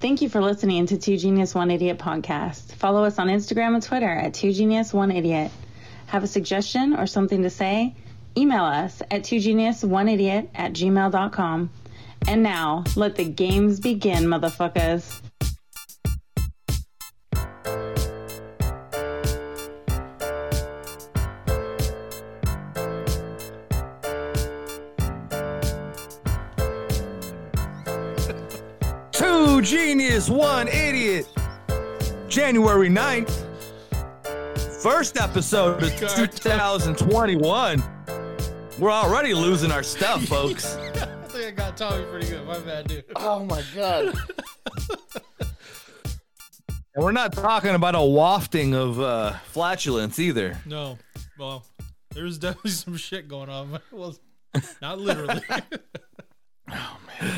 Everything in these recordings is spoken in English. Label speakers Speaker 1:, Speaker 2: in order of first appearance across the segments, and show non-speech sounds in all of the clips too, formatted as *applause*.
Speaker 1: Thank you for listening to Two Genius One Idiot podcast. Follow us on Instagram and Twitter at Two Genius One Idiot. Have a suggestion or something to say? Email us at twogenius1idiot at gmail.com. And now, let the games begin, motherfuckers.
Speaker 2: Two genius, one idiot. January 9th. First episode of 2021. We're already losing our stuff, folks.
Speaker 3: I think I got Tommy pretty good. My bad, dude.
Speaker 4: Oh my god.
Speaker 2: and we're not talking about a wafting of uh, flatulence either.
Speaker 3: No, well, there was definitely *laughs* some shit going on. but It *laughs* was not literally. *laughs*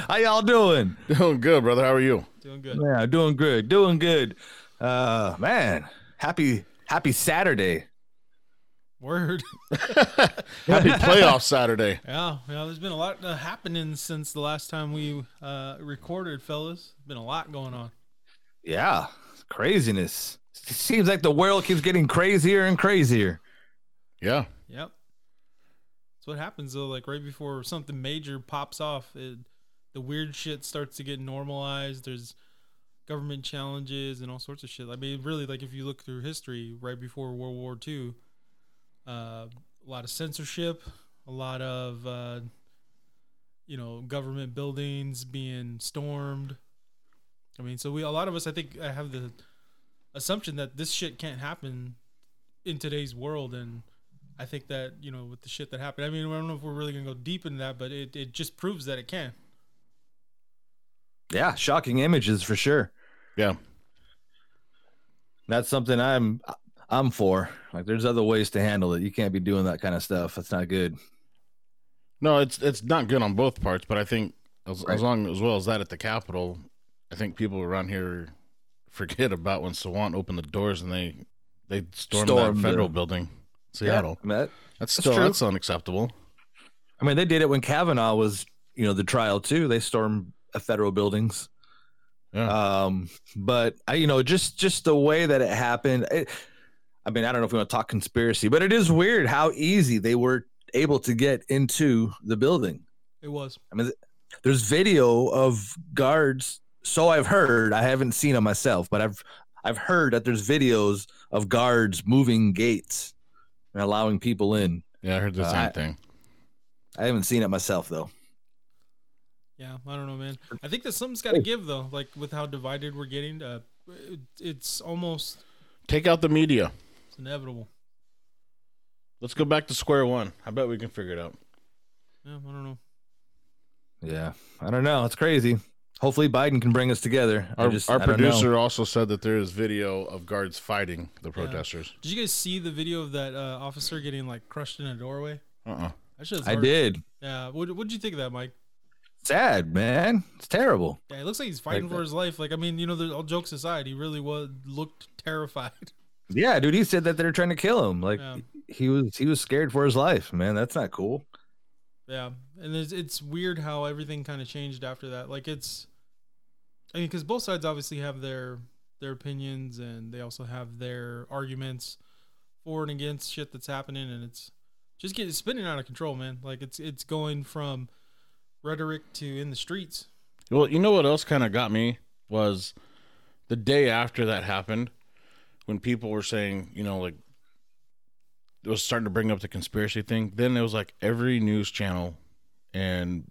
Speaker 2: How y'all doing?
Speaker 4: Doing good, brother. How are you?
Speaker 3: Doing good.
Speaker 2: Yeah, doing good, doing good. Uh, man, happy happy Saturday.
Speaker 3: Word.
Speaker 2: *laughs*
Speaker 4: Happy playoff Saturday.
Speaker 3: Yeah, yeah. There's been a lot uh, happening since the last time we uh, recorded, fellas. Been a lot going on.
Speaker 2: Yeah, craziness. Seems like the world keeps getting crazier and crazier.
Speaker 4: Yeah.
Speaker 3: Yep. That's what happens though. Like right before something major pops off, it, the weird shit starts to get normalized. There's government challenges and all sorts of shit. I mean, really, like if you look through history, right before World War II, uh, a lot of censorship, a lot of uh, you know government buildings being stormed. I mean, so we a lot of us, I think, I have the assumption that this shit can't happen in today's world and I think that you know with the shit that happened. I mean, I don't know if we're really gonna go deep into that, but it, it just proves that it can.
Speaker 2: Yeah, shocking images for sure.
Speaker 4: Yeah.
Speaker 2: That's something I'm I'm for. Like there's other ways to handle it. You can't be doing that kind of stuff. That's not good.
Speaker 4: No, it's it's not good on both parts, but I think as,
Speaker 2: Right.
Speaker 4: as long as well as that at the Capitol, I think people around here forget *laughs* about when Sawant opened the doors and they they stormed,
Speaker 2: Stormed
Speaker 4: that federal
Speaker 2: it.
Speaker 4: building, Seattle.
Speaker 2: I mean, that-
Speaker 4: That's still
Speaker 2: true.
Speaker 4: that's unacceptable.
Speaker 2: I mean, they did it when Kavanaugh was, you know, the trial too. They stormed uh, federal buildings.
Speaker 4: Yeah.
Speaker 2: Um, but I, you know, just just the way that it happened. It, I mean, I don't know if we want to talk conspiracy, but it is weird how easy they were able to get into the building.
Speaker 3: It was.
Speaker 2: There's video of guards. So I've heard. I haven't seen them myself, but I've I've heard that there's videos of guards moving gates and allowing people in.
Speaker 4: yeah, I heard the
Speaker 2: Uh,
Speaker 4: same
Speaker 2: I-
Speaker 4: thing.
Speaker 2: I haven't seen it myself though.
Speaker 3: Yeah, I don't know, man. I think that something's got to give though. Like with how divided we're getting, uh, it, it's almost
Speaker 4: Take out the media.
Speaker 3: it's inevitable.
Speaker 4: Let's go back to square one. I bet we can figure it out.
Speaker 3: Yeah, I don't know.
Speaker 2: Yeah, I don't know. It's crazy. Hopefully, Biden can bring us together. I
Speaker 4: Our,
Speaker 2: just-
Speaker 4: our
Speaker 2: I don't know.
Speaker 4: producer also said that there is video of guards fighting the protesters.
Speaker 3: Did you guys see the video of that uh, officer getting like crushed in a doorway?
Speaker 4: Uh-uh.
Speaker 3: That shit's
Speaker 2: I
Speaker 3: hard.
Speaker 2: did.
Speaker 3: Yeah. What What did you think of that, Mike?
Speaker 2: Sad, man. It's terrible.
Speaker 3: Yeah, it looks like he's fighting
Speaker 2: Like
Speaker 3: for
Speaker 2: that.
Speaker 3: his life. Like I mean, you know, there's all jokes aside, he really was looked terrified. *laughs*
Speaker 2: Yeah, dude. He said that they're trying to kill him. Like
Speaker 3: Yeah.
Speaker 2: he was, he was scared for his life, man. That's not cool.
Speaker 3: Yeah, and it's, it's weird how everything kind of changed after that. Like it's, I mean, because both sides obviously have their their opinions and they also have their arguments for and against shit that's happening, and it's just getting it's spinning out of control, man. Like it's it's going from rhetoric to in the streets.
Speaker 4: Well, you know what else kind of got me was the day after that happened when people were saying, you know, like it was starting to bring up the conspiracy thing. Then it was like every news channel and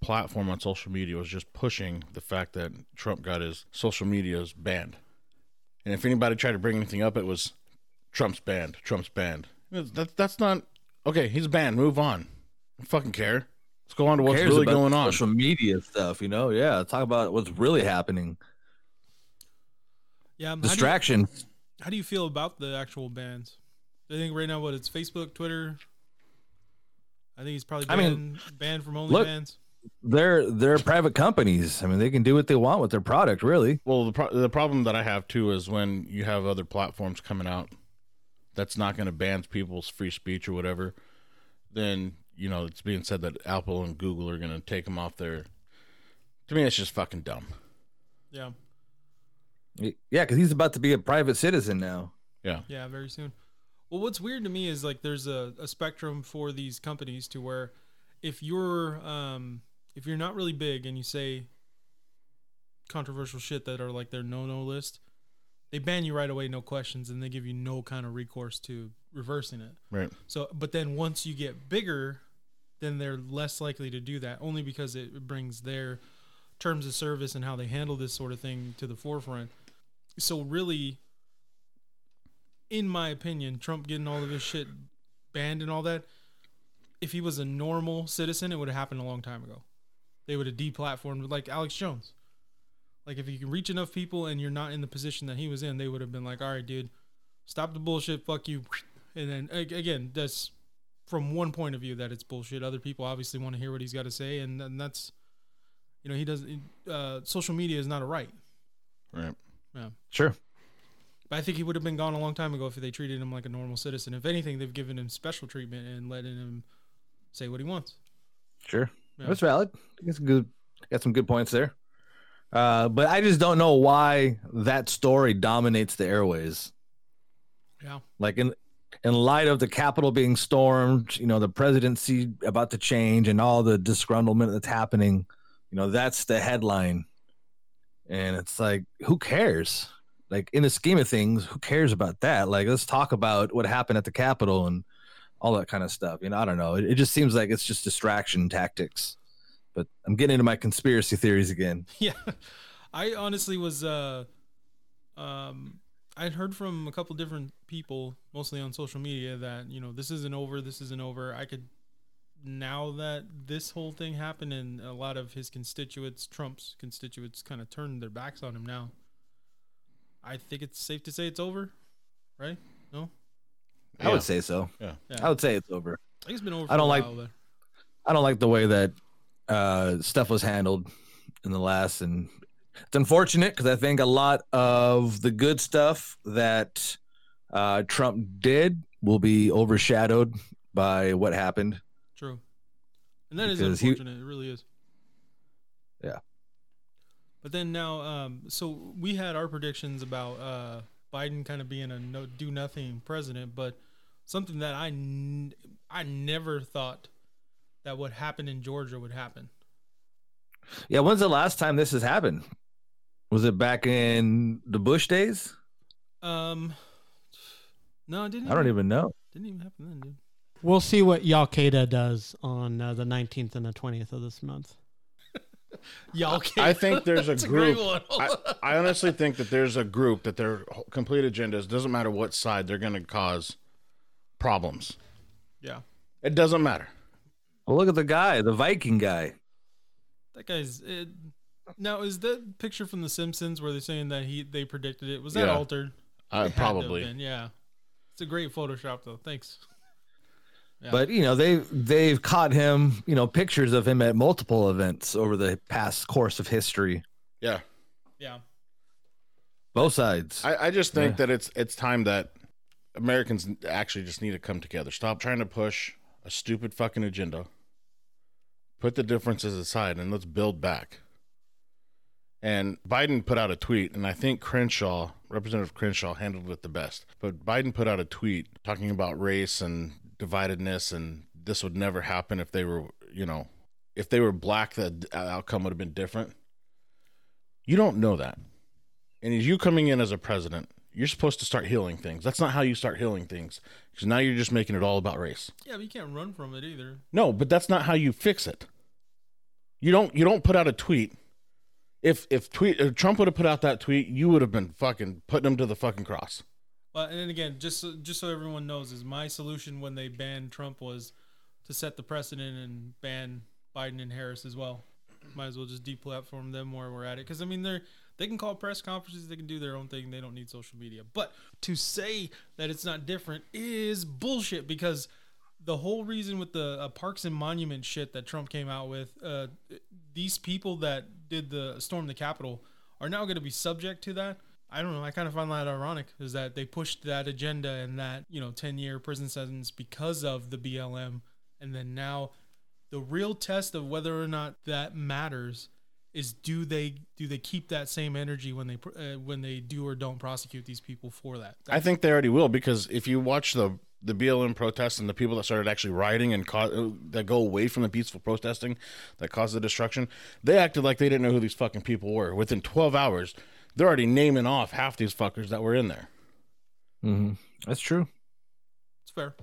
Speaker 4: platform on social media was just pushing the fact that Trump got his social medias banned. And if anybody tried to bring anything up, it was Trump's banned. Trump's banned. That, that's not okay. He's banned. Move on. I don't fucking care. Let's go on to what's
Speaker 2: Cares
Speaker 4: really
Speaker 2: about
Speaker 4: going
Speaker 2: the
Speaker 4: on.
Speaker 2: Social media stuff, you know. Yeah, talk about what's really happening.
Speaker 3: Yeah, how do you-
Speaker 2: Distraction.
Speaker 3: How do you feel about the actual bans? I think right now, what it's Facebook, Twitter. I think he's probably
Speaker 2: I
Speaker 3: banned,
Speaker 2: mean,
Speaker 3: banned from
Speaker 2: look-
Speaker 3: OnlyFans.
Speaker 2: They're they're private companies. I mean, they can do what they want with their product, really.
Speaker 4: Well, the pro- the problem that I have too is when you have other platforms coming out that's not going to ban people's free speech or whatever, then you know it's being said that Apple and Google are going to take them off their. To me, it's just fucking dumb.
Speaker 3: Yeah.
Speaker 2: Yeah, because he's about to be a private citizen now.
Speaker 3: Yeah, very soon. Well, what's weird to me is like there's a, a spectrum for these companies to where if you're um, if you're not really big and you say controversial shit that are like their no no list, they ban you right away, no questions, and they give you no kind of recourse to reversing it.
Speaker 4: Right.
Speaker 3: So, but then once you get bigger, then they're less likely to do that only because it brings their terms of service and how they handle this sort of thing to the forefront. So, really, in my opinion, Trump getting all of his shit banned and all that, if he was a normal citizen, it would have happened a long time ago. They would have deplatformed like Alex Jones. Like if you can reach enough people and you're not in the position that he was in, they would have been like, "All right, dude, stop the bullshit, fuck you." And then a- again, that's from one point of view that it's bullshit. Other people obviously want to hear what he's got to say, and, and that's, you know, he doesn't. Uh, social media is not a right.
Speaker 4: Right.
Speaker 2: Sure.
Speaker 3: But I think he would have been gone a long time ago if they treated him like a normal citizen. If anything, they've given him special treatment and letting him say what he wants.
Speaker 2: Sure.
Speaker 3: Yeah.
Speaker 2: That's valid. That's good. Got some good points there. Uh, but I just don't know why that story dominates the airways.
Speaker 3: Yeah.
Speaker 2: Like in in light of the Capitol being stormed, you know, the presidency about to change and all the disgruntlement that's happening, you know, that's the headline. And it's like, who cares? Like in the scheme of things, who cares about that? Like, let's talk about what happened at the Capitol and all that kind of stuff. You know, I don't know. It, it just seems like it's just distraction tactics. But I'm getting into my conspiracy theories again.
Speaker 3: *laughs* Yeah. I honestly was uh um I'd heard from a couple different people, mostly on social media, that, you know, this isn't over, this isn't over. I could now that this whole thing happened and a lot of his constituents, Trump's constituents kind of turned their backs on him now. I think it's safe to say it's over, right?
Speaker 2: I
Speaker 4: Yeah.
Speaker 2: would say so.
Speaker 4: Yeah.
Speaker 3: Yeah.
Speaker 2: I would say it's over.
Speaker 3: I think it's been over for
Speaker 2: I don't
Speaker 3: a
Speaker 2: like-
Speaker 3: while, but-
Speaker 2: I don't like the way that uh, stuff was handled in the last, and it's unfortunate because I think a lot of the good stuff that uh, Trump did will be overshadowed by what happened.
Speaker 3: True. And that is
Speaker 2: Because he-
Speaker 3: unfortunate. it really is.
Speaker 2: Yeah.
Speaker 3: But then now, um, so we had our predictions about uh, Biden kind of being a no do nothing president, but something that I n- I never thought that what happened in Georgia would happen.
Speaker 2: Yeah, when's the last time this has happened? Was it back in the Bush days?
Speaker 3: Um, no, it didn't.
Speaker 2: I don't even know.
Speaker 3: Didn't even happen then, dude.
Speaker 5: We'll see what Al-Qaeda does on uh, the 19th and the 20th of this month.
Speaker 3: Yeah, okay.
Speaker 4: I
Speaker 3: *laughs*
Speaker 4: think there's a
Speaker 3: That's
Speaker 4: group.
Speaker 3: great one.
Speaker 4: *laughs* I, I honestly think that there's a group that their whole- complete agendas doesn't matter what side they're going to cause problems.
Speaker 3: *laughs* yeah,
Speaker 4: It doesn't matter.
Speaker 2: Well, look at the guy, the Viking guy.
Speaker 3: that guy's. It, now, is that picture from The Simpsons where they're saying that he they predicted it was that
Speaker 4: Yeah.
Speaker 3: altered? It
Speaker 4: Uh,
Speaker 3: had to have
Speaker 4: probably.
Speaker 3: been, yeah. It's a great Photoshop though. Thanks. Yeah.
Speaker 2: But you know they they've caught him. You know pictures of him at multiple events over the past course of history.
Speaker 4: Yeah.
Speaker 3: Yeah.
Speaker 2: Both sides.
Speaker 4: I, I just think that it's it's time that Americans actually just need to come together. Stop trying to push a stupid fucking agenda. Put the differences aside and let's build back. And Biden put out a tweet, and I think Crenshaw, Representative Crenshaw, handled it the best. But Biden put out a tweet talking about race and dividedness, and this would never happen if they were, you know, if they were black, the outcome would have been different. You don't know that and as you coming in as a president, you're supposed to start healing things. That's not how you start healing things because now you're just making it all about race.
Speaker 3: Yeah, but you can't run from it either.
Speaker 4: No, but that's not how you fix it. You don't you don't put out a tweet. If if tweet if Trump would have put out that tweet, you would have been fucking putting him to the fucking cross.
Speaker 3: Well, and then again, just so, just so everyone knows, is my solution when they banned Trump was to set the precedent and ban Biden and Harris as well. Might as well just deplatform them while we're at it, because I mean they're they can call press conferences, they can do their own thing, they don't need social media. But to say that it's not different is bullshit because the whole reason with the uh, parks and monument shit that Trump came out with, uh, these people that did the storm the Capitol are now going to be subject to that. I don't know. I kind of find that ironic is that they pushed that agenda and that you know ten year prison sentence because of the BLM, and then now the real test of whether or not that matters is do they do they keep that same energy when they pr- uh, when they do or don't prosecute these people for that?
Speaker 4: I think they already will because if you watch the the BLM protests and the people that started actually rioting and cau- that go away from the peaceful protesting that caused the destruction, they acted like they didn't know who these fucking people were. Within 12 hours, they're already naming off half these fuckers that were in there.
Speaker 2: Mm-hmm. That's true.
Speaker 3: It's fair.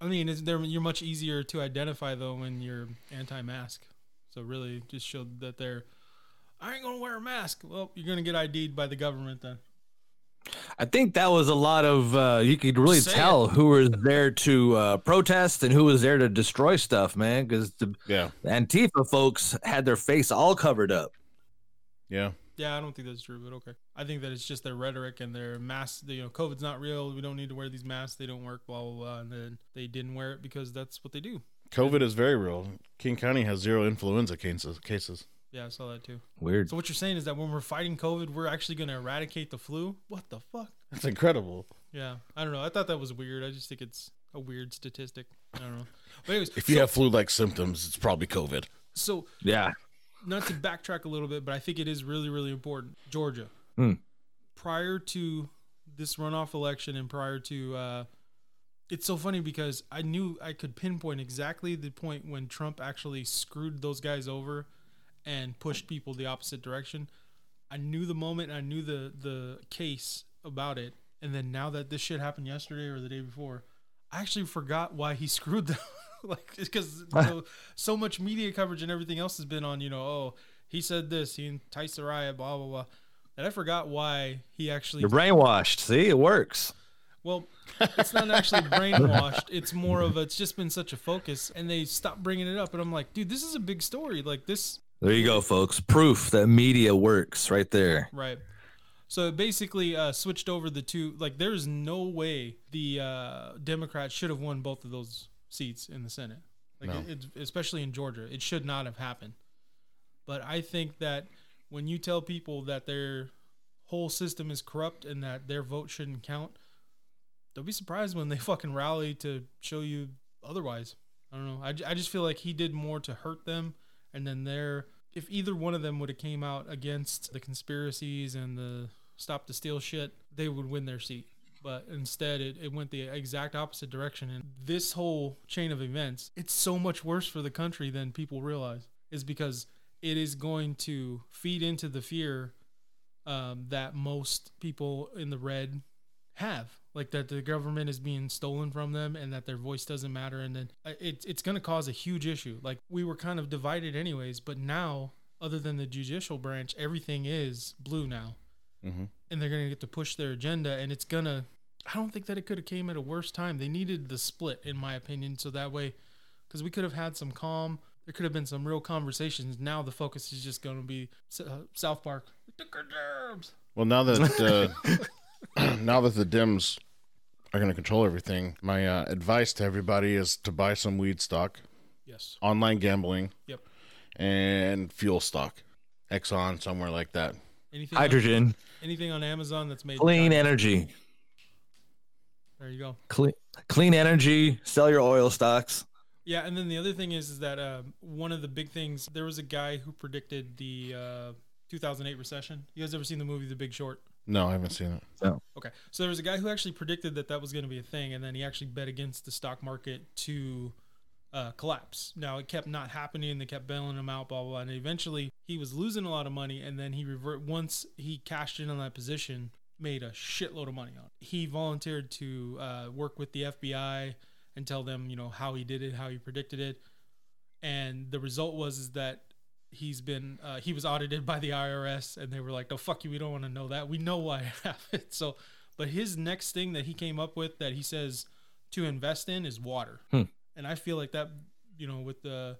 Speaker 3: I mean, it's, they're, you're much easier to identify though when you're anti-mask. So really, just showed that they're. I ain't gonna wear a mask. Well, you're gonna get ID'd by the government then.
Speaker 2: I think that was a lot of uh, you could really
Speaker 3: Say
Speaker 2: tell who was there to uh, protest and who was there to destroy stuff, man. Because the
Speaker 4: Yeah.
Speaker 2: Antifa folks had their face all covered up.
Speaker 4: Yeah.
Speaker 3: Yeah, I don't think that's true, but okay. I think that it's just their rhetoric and their mask. You know, COVID's not real. We don't need to wear these masks. They don't work. Blah blah blah. And then they didn't wear it because that's what they do.
Speaker 4: COVID is very real. King County has zero influenza cases. cases.
Speaker 3: Yeah, I saw that too.
Speaker 2: Weird.
Speaker 3: So what you're saying is that when we're fighting COVID, we're actually gonna eradicate the flu? What the fuck?
Speaker 4: That's incredible.
Speaker 3: Yeah, I don't know. I thought that was weird. I just think it's a weird statistic. I don't know. But anyways,
Speaker 4: If you have flu like symptoms, it's probably COVID.
Speaker 3: so
Speaker 2: Yeah.
Speaker 3: not to backtrack a little bit, but I think it is really, really important. Georgia,
Speaker 2: Hmm.
Speaker 3: prior to this runoff election and prior to, uh, it's so funny because I knew I could pinpoint exactly the point when Trump actually screwed those guys over and pushed people the opposite direction. I knew the moment, I knew the the case about it, and then now that this shit happened yesterday or the day before, I actually forgot why he *laughs* screwed them. like, because so much media coverage and everything else has been on, you know, oh, he said this, he enticed the riot, blah blah blah, and I forgot why he actually.
Speaker 2: You're brainwashed. See, it works.
Speaker 3: Well, it's not actually brainwashed. It's more of a, it's just been such a focus, and they stopped bringing it up. And I'm like, dude, this is a big story. Like this,
Speaker 2: There you go, folks. Proof that media works right there.
Speaker 3: Right. So it basically uh, switched over the two. Like, there is no way the uh, Democrats should have won both of those seats in the Senate. Like,
Speaker 4: No.
Speaker 3: it, it- especially in Georgia, it should not have happened. But I think that when you tell people that their whole system is corrupt and that their vote shouldn't count, they'll be surprised when they *laughs* fucking rally to show you otherwise. I don't know. I, ju- I just feel like he did more to hurt them, and then there, if either one of them would have came out against the conspiracies and the stop the steal shit, they would win their seat. But instead, it, it went the exact opposite direction. And this whole chain of events, it's so much worse for the country than people realize, is because it is going to feed into the fear um, that most people in the red have like that the government is being stolen from them and that their voice doesn't matter and then uh, it, it's going to cause a huge issue like we were kind of divided anyways but now other than the judicial branch everything is blue now
Speaker 4: Mhm.
Speaker 3: and they're going to get to push their agenda and it's going to i don't think that it could have came at a worse time they needed the split in my opinion so that way because we could have had some calm there could have been some real conversations now the focus is just going to be S- uh, south park "We took our jobs."
Speaker 4: Well, now that uh, *clears throat* now that the Dems are going to control everything, my uh, advice to everybody is to buy some weed stock,
Speaker 3: yes
Speaker 4: online gambling,
Speaker 3: Yep.
Speaker 4: and fuel stock, Exxon somewhere like that.
Speaker 3: anything on-
Speaker 2: Hydrogen,
Speaker 3: anything on amazon that's made in
Speaker 2: clean
Speaker 3: China.
Speaker 2: energy,
Speaker 3: there you go
Speaker 2: clean, clean energy. Sell your oil stocks.
Speaker 3: Yeah, and then the other thing is, is that um, one of the big things there was a guy who predicted the uh, 2008 recession. You guys ever seen the movie The Big Short?
Speaker 4: No, I haven't seen it.
Speaker 3: Okay, so there was a guy who actually predicted that that was going to be a thing, and then he actually bet against the stock market to uh, collapse. Now it kept not happening. They kept bailing him out, blah blah, blah. and eventually he was losing a lot of money. And then he revert once he cashed in on that position, made a shitload of money on. It. He volunteered to uh, work with the FBI and tell them, you know, how he did it, how he predicted it, and the result was is that. He's been uh, he was audited by the IRS and they were like, "Oh fuck you, we don't want to know that. We know why it *laughs* happened." So, but his next thing that he came up with that he says to invest in is water and I feel like that you know with the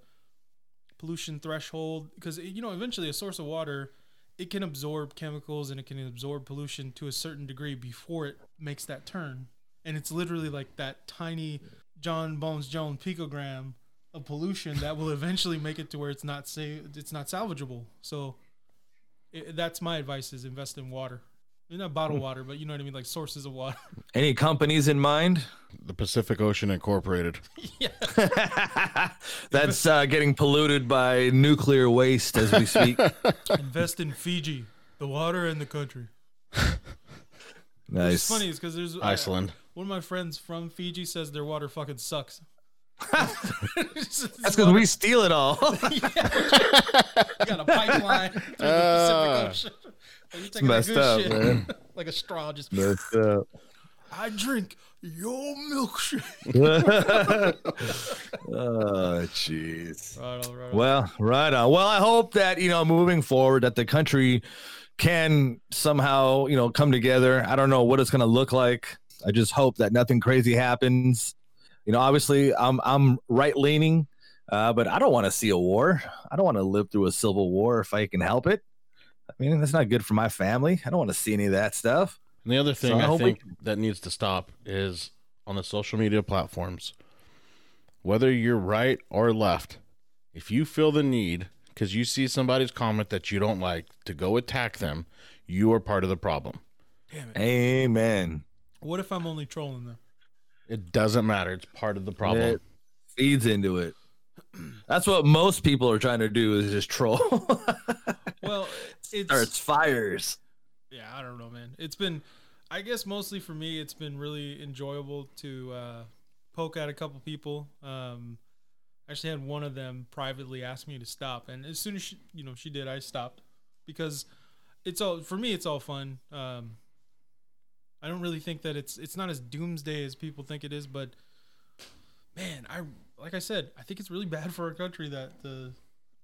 Speaker 3: pollution threshold because you know eventually a source of water it can absorb chemicals and it can absorb pollution to a certain degree before it makes that turn and it's literally like that tiny John Bones Jones picogram of pollution that will eventually make it to where it's not sa- it's not salvageable so it, that's my advice is invest in water not bottled water, but you know what I mean, like sources of water.
Speaker 2: Any companies in *laughs* mind?
Speaker 4: The Pacific Ocean Incorporated.
Speaker 2: That's uh, getting polluted by nuclear waste as we *laughs* speak.
Speaker 3: *laughs* Invest in Fiji, the water and the country.
Speaker 2: nice.
Speaker 3: It's funny is because there's uh,
Speaker 4: Iceland.
Speaker 3: one of my friends from Fiji says their water
Speaker 2: *laughs*
Speaker 3: fucking sucks.
Speaker 2: That's because we steal it all. *laughs*
Speaker 3: got a pipeline through the Pacific Ocean. *laughs* Like, you taking a
Speaker 2: Ah. messed
Speaker 3: good
Speaker 2: up,
Speaker 3: shit.
Speaker 2: man.
Speaker 3: *laughs* like a straw, just
Speaker 2: That's, uh,
Speaker 3: I drink your milkshake.
Speaker 2: oh, jeez.
Speaker 3: Right on, right on.
Speaker 2: Well, right on. Well, I hope that you know, moving forward, that the country can somehow you know come together. I don't know what it's going to look like. I just hope that nothing crazy happens. You know, obviously, I'm I'm right leaning, uh, but I don't want to see a war. I don't want to live through a civil war if I can help it. I mean, that's not good for my family. I don't want to see any of that stuff.
Speaker 4: And the other
Speaker 2: So
Speaker 4: thing
Speaker 2: I
Speaker 4: I,
Speaker 2: hope we-
Speaker 4: think that needs to stop is on the social media platforms, whether you're right or left, if you feel the need because you see somebody's comment that you don't like to go attack them, you are part of the problem.
Speaker 2: Amen.
Speaker 3: What if I'm only trolling them?
Speaker 4: It doesn't matter. It's part of the problem.
Speaker 2: It feeds into it. That's what most people are trying to do is just troll. *laughs*
Speaker 3: Well, it's
Speaker 2: Starts fires.
Speaker 3: yeah, I don't know, man. It's been, I guess, mostly for me, it's been really enjoyable to uh, poke at a couple people. Um, I actually had one of them privately ask me to stop, and as soon as she, you know she did, I stopped because it's all for me. It's all fun. Um, I don't really think that it's it's not as doomsday as people think it is, but man, I like I said, I think it's really bad for our country that the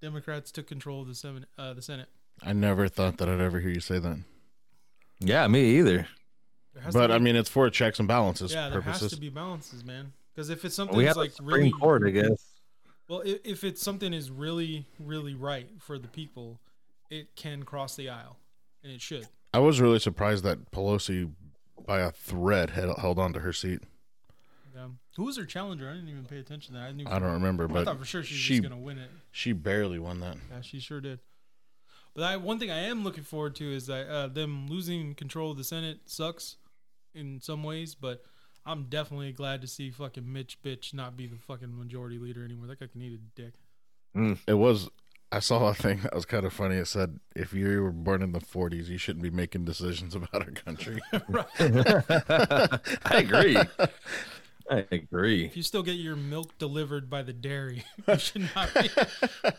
Speaker 3: Democrats took control of the Senate. Uh, the Senate.
Speaker 4: I never thought that I'd ever hear you say that.
Speaker 2: Yeah, me either.
Speaker 3: There has to
Speaker 4: But
Speaker 3: be-
Speaker 4: I mean, it's for checks and balances
Speaker 3: yeah, there has
Speaker 4: purposes.
Speaker 3: to be balances, man. Because if it's something
Speaker 2: We have
Speaker 3: like
Speaker 2: like Supreme
Speaker 3: really
Speaker 2: Court, I guess.
Speaker 3: well, if, if it's something is really really right for the people, it can cross the aisle, and it should.
Speaker 4: I was really surprised that Pelosi, by a thread, had held on to her seat.
Speaker 3: Um, who was her challenger? I didn't even pay attention to that. I knew.
Speaker 4: I don't remember,
Speaker 3: I
Speaker 4: but
Speaker 3: thought for sure she was
Speaker 4: she
Speaker 3: just gonna win it.
Speaker 4: she barely won that.
Speaker 3: Yeah, she sure did. But I one thing I am looking forward to is that uh, them losing control of the Senate sucks in some ways, but I'm definitely glad to see fucking Mitch bitch not be the fucking majority leader anymore. That guy can eat a dick.
Speaker 4: It was. I saw a thing that was kind of funny. It said, "If you were born in the '40s, you shouldn't be making decisions *laughs* about our country."
Speaker 3: *laughs*
Speaker 2: *laughs* I agree. I agree.
Speaker 3: If you still get your milk delivered by the dairy, *laughs* you should not be,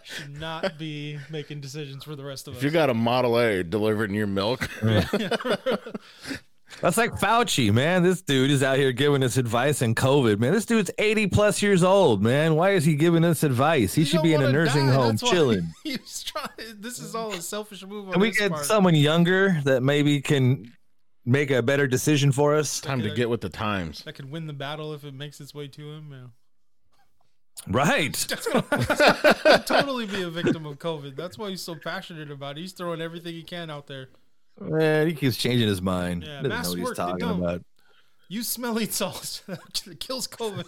Speaker 3: should not be making decisions for the rest of
Speaker 4: if
Speaker 3: us.
Speaker 4: you got a Model A delivering your milk, *laughs*
Speaker 2: *laughs*
Speaker 3: *laughs*
Speaker 2: That's like Fauci, man. This dude is out here giving us advice in COVID, man. This dude's 80 plus years old, man. Why is he giving us advice? He
Speaker 3: You
Speaker 2: should
Speaker 3: don't
Speaker 2: be in a
Speaker 3: wanna
Speaker 2: nursing
Speaker 3: die,
Speaker 2: home
Speaker 3: that's why *laughs*
Speaker 2: chilling.
Speaker 3: he's trying- this is all a selfish move. On
Speaker 2: Can we
Speaker 3: his
Speaker 2: get
Speaker 3: part.
Speaker 2: someone younger that maybe can make a better decision for us?
Speaker 4: time to get with the times.
Speaker 3: that could win the battle if it makes its way to him? Yeah.
Speaker 2: Right.
Speaker 3: *laughs* totally be a victim of COVID. That's why he's so passionate about it. He's throwing everything he can out there.
Speaker 2: Man, he keeps changing his mind.
Speaker 3: Yeah,
Speaker 2: Doesn't know
Speaker 3: mass
Speaker 2: what
Speaker 3: work,
Speaker 2: he's
Speaker 3: they
Speaker 2: talking
Speaker 3: don't.
Speaker 2: about.
Speaker 3: Use smelly *laughs* salts. it kills COVID.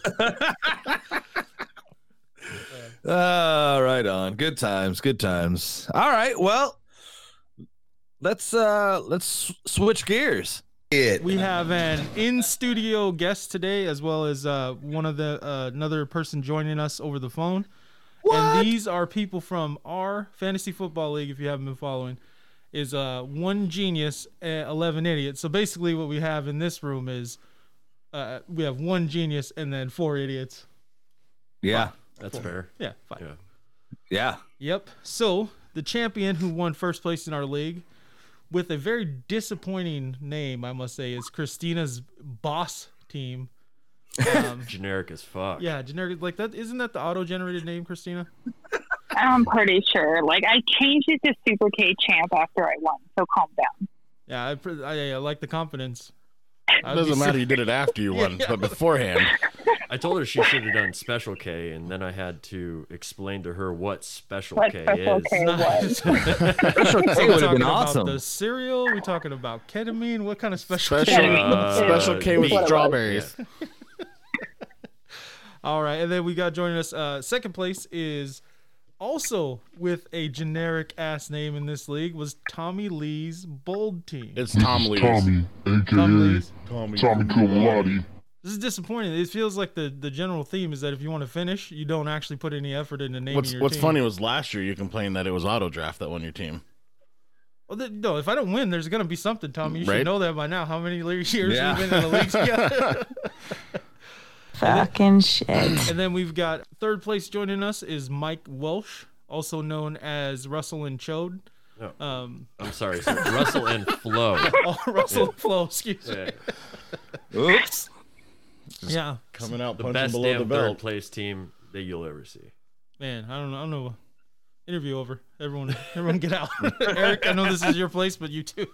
Speaker 2: Uh, right on. Good times. Good times. All right. Well, let's uh let's s- switch gears. It.
Speaker 3: We have an in-studio guest today, as well as uh, one of the uh, another person joining us over the phone. And these are people from our fantasy football league. If you haven't been following, is uh, one genius, uh, eleven idiots. So basically, what we have in this room is uh, we have one genius and then four idiots.
Speaker 2: Yeah.
Speaker 6: That's fair.
Speaker 3: Yeah, fine.
Speaker 6: Yeah.
Speaker 3: *laughs*
Speaker 2: Yeah.
Speaker 3: Yep. So the champion who won first place in our league, with a very disappointing name, I must say, is Christina's boss team. Um,
Speaker 6: Generic as fuck.
Speaker 3: yeah, generic like that. Isn't that the auto-generated name, Christina?
Speaker 7: I'm pretty sure. Like I changed it to Super K Champ after I won, so calm down.
Speaker 3: Yeah, I, pr- I, I like the confidence.
Speaker 4: It doesn't matter. You did it after you won, but beforehand,
Speaker 6: I told her she should have done Special K, and then I had to explain to her what Special
Speaker 7: What
Speaker 6: K
Speaker 7: Special
Speaker 6: is.
Speaker 3: *laughs*
Speaker 7: K was.
Speaker 2: It
Speaker 3: We're
Speaker 2: would have
Speaker 3: talking
Speaker 2: been
Speaker 3: about
Speaker 2: awesome.
Speaker 3: the cereal. We're talking about ketamine. What
Speaker 4: *laughs*
Speaker 3: kind of special?
Speaker 4: *laughs* special
Speaker 6: Uh,
Speaker 4: special K with
Speaker 7: What it was.
Speaker 4: strawberries.
Speaker 3: All right, and then we got joining us. Uh, second place is also with a generic ass name in this league was Tommy Lee's Bold Team.
Speaker 4: It's Tom Lee.
Speaker 8: Tommy,
Speaker 3: Tommy
Speaker 8: aka
Speaker 3: Lee's.
Speaker 4: Tommy.
Speaker 8: Tommy Kawalati.
Speaker 3: This is disappointing. It feels like the, the general theme is that if you want to finish, you don't actually put any effort into naming
Speaker 4: What's
Speaker 3: your
Speaker 4: What's
Speaker 3: team.
Speaker 4: funny was last year you complained that it was auto draft that won your team.
Speaker 3: Well, th- no, if I don't win, there's gonna be something, Tommy. You
Speaker 4: Right?
Speaker 3: should know that by now. How many le- years
Speaker 2: Yeah.
Speaker 3: we've been in the league together?
Speaker 1: Fucking shit.
Speaker 3: and then we've got third place joining us is Mike Welsh, also known as Russell and Chode.
Speaker 6: No.
Speaker 3: Um, *laughs*
Speaker 6: I'm sorry, sir. Russell and Flo.
Speaker 3: oh, Russell and Flo, excuse me.
Speaker 6: Yeah,
Speaker 2: Oops.
Speaker 3: Yeah,
Speaker 4: Coming out
Speaker 6: the best damn third place team that you'll ever see.
Speaker 3: man, I don't know. I don't know. Interview over.
Speaker 4: *laughs*
Speaker 3: Everyone, everyone, get out. *laughs* Eric, I know this is your place, but you too.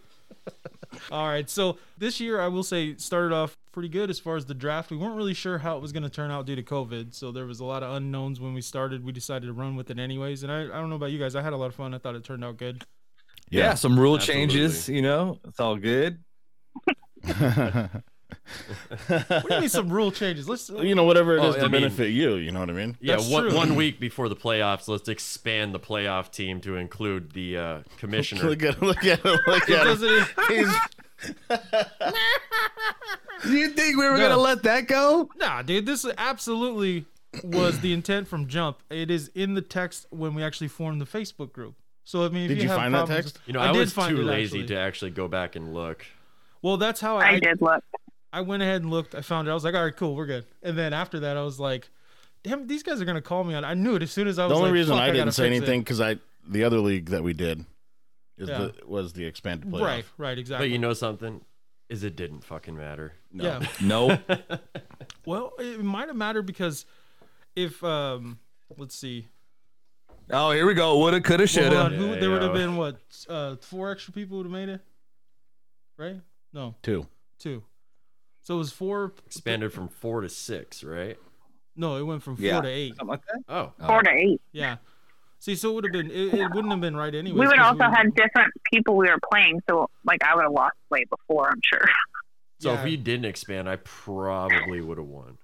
Speaker 3: All right. So this year, I will say, started off pretty good as far as the draft. We weren't really sure how it was going to turn out due to COVID, so there was a lot of unknowns when we started. We decided to run with it anyways, and I, I don't know about you guys. I had a lot of fun. I thought it turned out good.
Speaker 2: Yeah,
Speaker 4: Yeah.
Speaker 2: some rule
Speaker 6: Absolutely.
Speaker 2: changes. You know, it's all good.
Speaker 3: What do you mean some rule changes? Let's.
Speaker 4: *laughs* you know, whatever it
Speaker 6: Oh,
Speaker 4: is
Speaker 6: I
Speaker 4: to
Speaker 6: mean-
Speaker 4: benefit you. You know what I mean?
Speaker 6: Yeah,
Speaker 3: That's
Speaker 6: one,
Speaker 3: true.
Speaker 6: one week before the playoffs, let's expand the playoff team to include the uh, commissioner.
Speaker 4: Look at him. Look at him. Look
Speaker 3: It
Speaker 4: at him.
Speaker 3: doesn't.
Speaker 4: He's,
Speaker 3: *laughs*
Speaker 2: You think we were
Speaker 3: No.
Speaker 2: gonna let that go?
Speaker 3: Nah, dude, this absolutely was the intent from jump. It is in the text when we actually formed the Facebook group. So I mean, if
Speaker 4: Did you
Speaker 3: have
Speaker 4: find that
Speaker 3: problems-
Speaker 4: text?
Speaker 6: You know, I, was
Speaker 3: find
Speaker 6: too
Speaker 3: it,
Speaker 6: lazy
Speaker 3: actually.
Speaker 6: to actually go back and look.
Speaker 3: Well, that's how I,
Speaker 7: I did look.
Speaker 3: I went ahead and looked. I found it. I was like, all right, cool, we're good. And then after that, I was like, damn, these guys are gonna call me on. I knew it as soon as I was.
Speaker 4: the only
Speaker 3: like,
Speaker 4: reason
Speaker 3: fuck,
Speaker 4: I
Speaker 3: gotta
Speaker 4: didn't say
Speaker 3: fix it.
Speaker 4: anything because I the other league that we did is
Speaker 3: Yeah.
Speaker 4: the was the expanded playoff.
Speaker 3: Right, right,
Speaker 6: But
Speaker 3: exactly.
Speaker 6: you know something? Is it didn't fucking matter.
Speaker 3: Yeah.
Speaker 2: *laughs* No.
Speaker 3: Well, it might have mattered because if um, let's see,
Speaker 2: oh, here we go. Woulda, coulda,
Speaker 3: Well,
Speaker 2: shoulda.
Speaker 3: hold on, who,
Speaker 6: Yeah,
Speaker 3: there would have
Speaker 6: yeah.
Speaker 3: been what uh, four extra people would have made it, right? No,
Speaker 4: Two.
Speaker 3: two. So it was four.
Speaker 6: Expanded from four to six, right?
Speaker 3: No, it went from four
Speaker 2: Yeah.
Speaker 3: to eight.
Speaker 2: Something like that.
Speaker 6: Oh,
Speaker 7: Four to eight.
Speaker 3: Yeah. See, so it would have been. It, it wouldn't have been right anyway.
Speaker 7: we would also had different people we were playing, so like I would have lost way before, I'm sure.
Speaker 6: so if
Speaker 3: Yeah.
Speaker 6: we didn't expand, I probably would have won.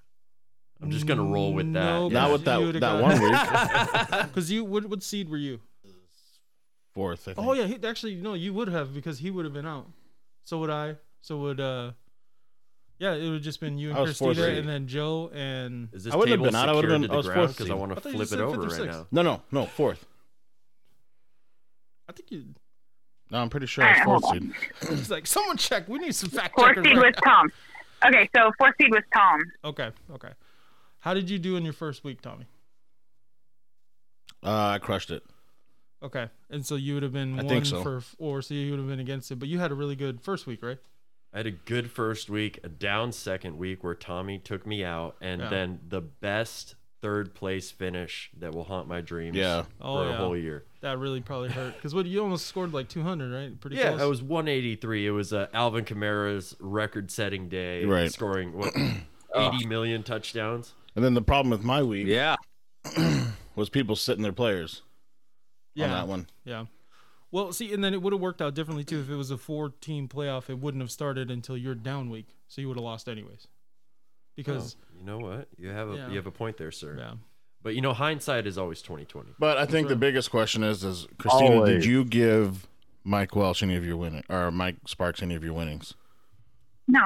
Speaker 6: I'm just gonna roll with that.
Speaker 3: Mm, No,
Speaker 6: Yeah.
Speaker 4: Not with
Speaker 3: You would've
Speaker 4: that that
Speaker 3: gotten-
Speaker 4: one
Speaker 3: *laughs*
Speaker 4: week.
Speaker 3: Because you what what seed were you?
Speaker 4: Fourth. I think.
Speaker 3: Oh yeah, he, actually no, you would have because he would have been out. So would I. So would uh. Yeah, it would have just been you and
Speaker 4: I was fourth
Speaker 3: Christina,
Speaker 4: seed.
Speaker 3: and then Joe and
Speaker 6: Is this
Speaker 4: I wouldn't have
Speaker 6: table
Speaker 4: been out, I would've
Speaker 6: secured
Speaker 4: been-
Speaker 6: to
Speaker 4: I
Speaker 6: the
Speaker 4: was
Speaker 6: ground?
Speaker 4: fourth
Speaker 6: Because I
Speaker 4: seed.
Speaker 6: want
Speaker 3: I
Speaker 6: to
Speaker 3: thought you
Speaker 6: flip
Speaker 3: said
Speaker 6: it
Speaker 3: fifth
Speaker 6: over
Speaker 3: or
Speaker 6: right
Speaker 3: sixth.
Speaker 4: No,
Speaker 6: now.
Speaker 4: no, no. Fourth.
Speaker 3: I think you. *clears throat*
Speaker 4: No, I'm pretty sure I was
Speaker 7: All right,
Speaker 4: fourth
Speaker 7: hold
Speaker 4: seed.
Speaker 3: He's like, someone check. We need some fact
Speaker 7: Four
Speaker 3: checkers.
Speaker 7: seed
Speaker 3: right
Speaker 7: was Tom. Okay, so four seed was Tom.
Speaker 3: now. *laughs* Okay, okay. How did you do in your first week, Tommy?
Speaker 4: Uh, I crushed it.
Speaker 3: Okay, and so you would have been
Speaker 4: I
Speaker 3: one
Speaker 4: think so.
Speaker 3: for four, so you would have been against it. But you had a really good first week, right?
Speaker 6: I had a good first week, a down second week where Tommy took me out, and
Speaker 3: Yeah.
Speaker 6: then the best third place finish that will haunt my dreams
Speaker 4: Yeah.
Speaker 3: Oh,
Speaker 6: for
Speaker 3: yeah.
Speaker 6: a whole year.
Speaker 3: That really probably hurt because what you almost scored like 200, right? Pretty
Speaker 6: yeah,
Speaker 3: close.
Speaker 6: I was 183. It was uh, Alvin Kamara's record-setting day,
Speaker 4: Right. *clears throat*
Speaker 6: scoring what 80 million touchdowns.
Speaker 4: And then the problem with my week
Speaker 2: Yeah.
Speaker 4: was people sitting their players
Speaker 3: yeah,
Speaker 4: on that one.
Speaker 3: yeah. Well, see, and then it would have worked out differently too if it was a four-team playoff. It wouldn't have started until your down week, so you would have lost anyways. Because
Speaker 6: Oh, You know what? You have a
Speaker 3: Yeah.
Speaker 6: you have a point there, sir.
Speaker 3: yeah,
Speaker 6: But you know, hindsight is always 2020.
Speaker 4: But I think the biggest question is: Is Christina? Did you give Mike Welsh any of your winning, or Mike Sparks any of your winnings?
Speaker 7: No,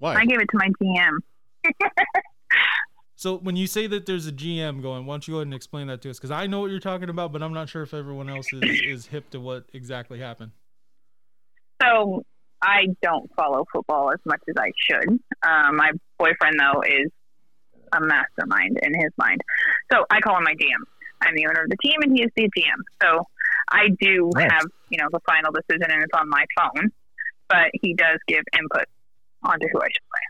Speaker 4: Why?
Speaker 7: I gave it to my GM.
Speaker 3: So when you say that there's a GM going, why don't you go ahead and explain that to us? Because I know what you're talking about, but I'm not sure if everyone else is, is hip to what exactly happened.
Speaker 7: So I don't follow football as much as I should. Um, my boyfriend, though, is a mastermind in his mind. So I call him my GM. I'm the owner of the team, and he is the GM. So I do
Speaker 4: Nice.
Speaker 7: have, you know, the final decision, and it's on my phone. But he does give input onto who I should play.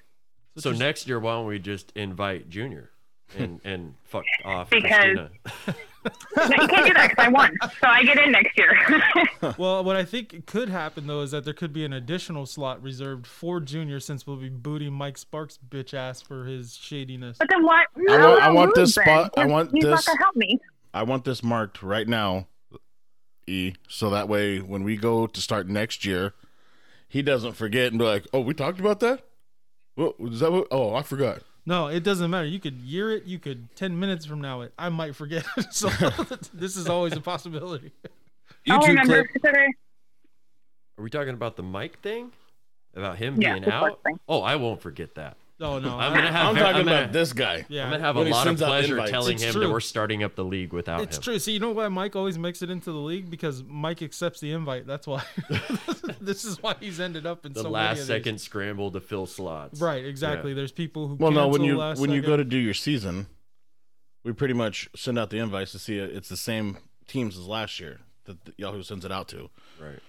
Speaker 6: So
Speaker 3: just-
Speaker 6: next year, why don't we just invite Junior
Speaker 3: *laughs*
Speaker 6: and and fuck off
Speaker 7: Because-
Speaker 6: Christina? *laughs*
Speaker 7: No, you can't do that because I won. So I get in next year. *laughs*
Speaker 3: Well, what I think could happen though is that there could be an additional slot reserved for Junior since we'll be booting Mike Sparks' bitch ass for his shadiness.
Speaker 7: but then what?
Speaker 4: I want- I want this spot- I want
Speaker 7: He's
Speaker 4: this-
Speaker 7: not gonna help me.
Speaker 4: I want this marked right now, E, so that way when we go to start next year, he doesn't forget and be like, "Oh, we talked about that. Well, is that what? Oh, I forgot."
Speaker 3: No, it doesn't matter. You could year it. You could ten minutes from now it. I might forget. *laughs*
Speaker 6: *laughs*
Speaker 3: so this is always a possibility.
Speaker 7: I'll
Speaker 2: YouTube
Speaker 7: remember
Speaker 2: clip.
Speaker 7: today.
Speaker 6: Are we talking about the mic thing? About him
Speaker 7: Yeah,
Speaker 6: being
Speaker 7: the first
Speaker 6: out?
Speaker 7: thing.
Speaker 6: Oh, I won't forget that.
Speaker 3: Oh no,
Speaker 6: I'm gonna have.
Speaker 4: I'm
Speaker 6: ver-
Speaker 4: talking
Speaker 6: gonna-
Speaker 4: about this guy.
Speaker 3: Yeah,
Speaker 6: I'm gonna have a
Speaker 4: When he
Speaker 6: lot of
Speaker 4: sends out
Speaker 6: pleasure
Speaker 4: invites.
Speaker 6: telling
Speaker 3: It's
Speaker 6: him that
Speaker 3: true.
Speaker 6: we're starting up the league without
Speaker 3: It's
Speaker 6: him.
Speaker 3: true. So you know why Mike always makes it into the league because Mike accepts the invite. That's why. *laughs* this is why he's ended up in
Speaker 6: The
Speaker 3: so many
Speaker 6: last
Speaker 3: of these.
Speaker 6: second scramble to fill slots.
Speaker 3: Right. Exactly. There's people who.
Speaker 4: Well, no, when
Speaker 3: cancel
Speaker 4: you
Speaker 3: last
Speaker 4: when you go
Speaker 3: second.
Speaker 4: to do your season, we pretty much send out the invites to see it. It's the same teams as last year that the Yahoo sends it out to.
Speaker 6: Right.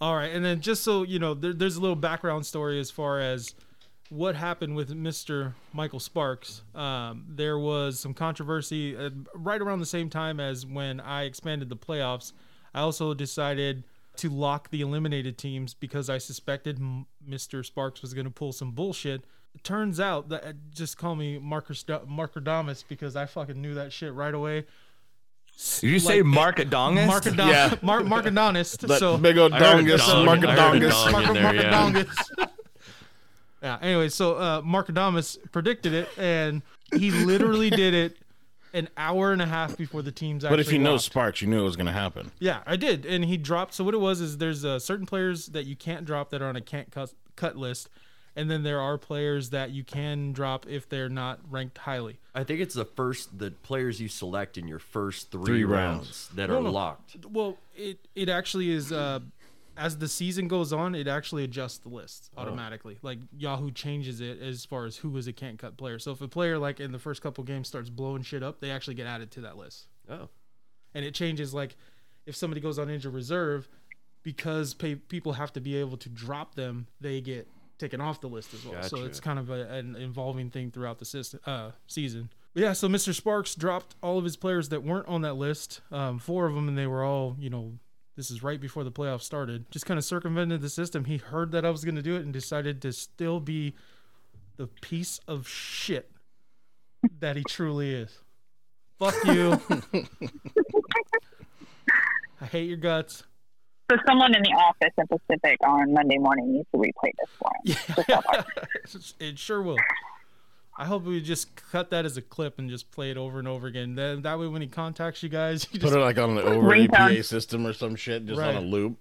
Speaker 3: All right, and then just so you know, there, there's a little background story as far as what happened with Mr. Michael Sparks. Um, there was some controversy uh, right around the same time as when I expanded the playoffs. I also decided to lock the eliminated teams because I suspected M- Mr. Sparks was going to pull some bullshit. It turns out that uh, just call me Marcus Markerdamus because I fucking knew that shit right away.
Speaker 2: Did you say
Speaker 3: like-
Speaker 2: Mark Adongus?
Speaker 3: Markadon-
Speaker 4: Yeah.
Speaker 3: Mar- Markadonist.
Speaker 4: That
Speaker 3: so
Speaker 4: big old
Speaker 6: I heard a
Speaker 4: dongus,
Speaker 6: dong. I heard a
Speaker 4: markadongus.
Speaker 6: dong. in
Speaker 3: *laughs*
Speaker 6: there, yeah.
Speaker 3: Markadongus. yeah. Anyway, so uh, Markadamus predicted it, and he literally did it an hour and a half before the teams. Actually
Speaker 4: But if you know
Speaker 3: locked.
Speaker 4: Sparks, you knew it was going to happen.
Speaker 3: yeah, I did, and he dropped. So what it was is there's uh, certain players that you can't drop that are on a can't cut, cut list, and then there are players that you can drop if they're not ranked highly.
Speaker 6: I think it's the first the players you select in your first three,
Speaker 4: Three
Speaker 6: rounds, that
Speaker 3: No,
Speaker 6: are
Speaker 3: no.
Speaker 6: locked.
Speaker 3: Well, it it actually is. Uh, as the season goes on, it actually adjusts the list
Speaker 6: Oh.
Speaker 3: automatically. Like Yahoo changes it as far as who is a can't cut player. So if a player like in the first couple games starts blowing shit up, they actually get added to that list,
Speaker 6: Oh,
Speaker 3: and it changes. Like if somebody goes on injured reserve, because pay, people have to be able to drop them, they get taken off the list as well. So
Speaker 6: Gotcha.
Speaker 3: it's kind of a, an involving thing throughout the system, uh, season. But yeah, so Mr. Sparks dropped all of his players that weren't on that list, um, four of them, and they were all, you know, this is right before the playoffs started. Just kind of circumvented the system. He heard that I was going to do it and decided to still be the piece of shit that he truly is. Fuck you. I hate your guts.
Speaker 7: So someone in the office in Pacific on Monday morning needs to replay this for him.
Speaker 3: it sure will. I hope we just cut that as a clip and just play it over and over again. Then that way, when he contacts you guys, *laughs* you
Speaker 4: Put
Speaker 3: just
Speaker 4: it like on the over
Speaker 7: Ringtone.
Speaker 4: APA system or some shit, just on
Speaker 3: Right.
Speaker 4: a loop.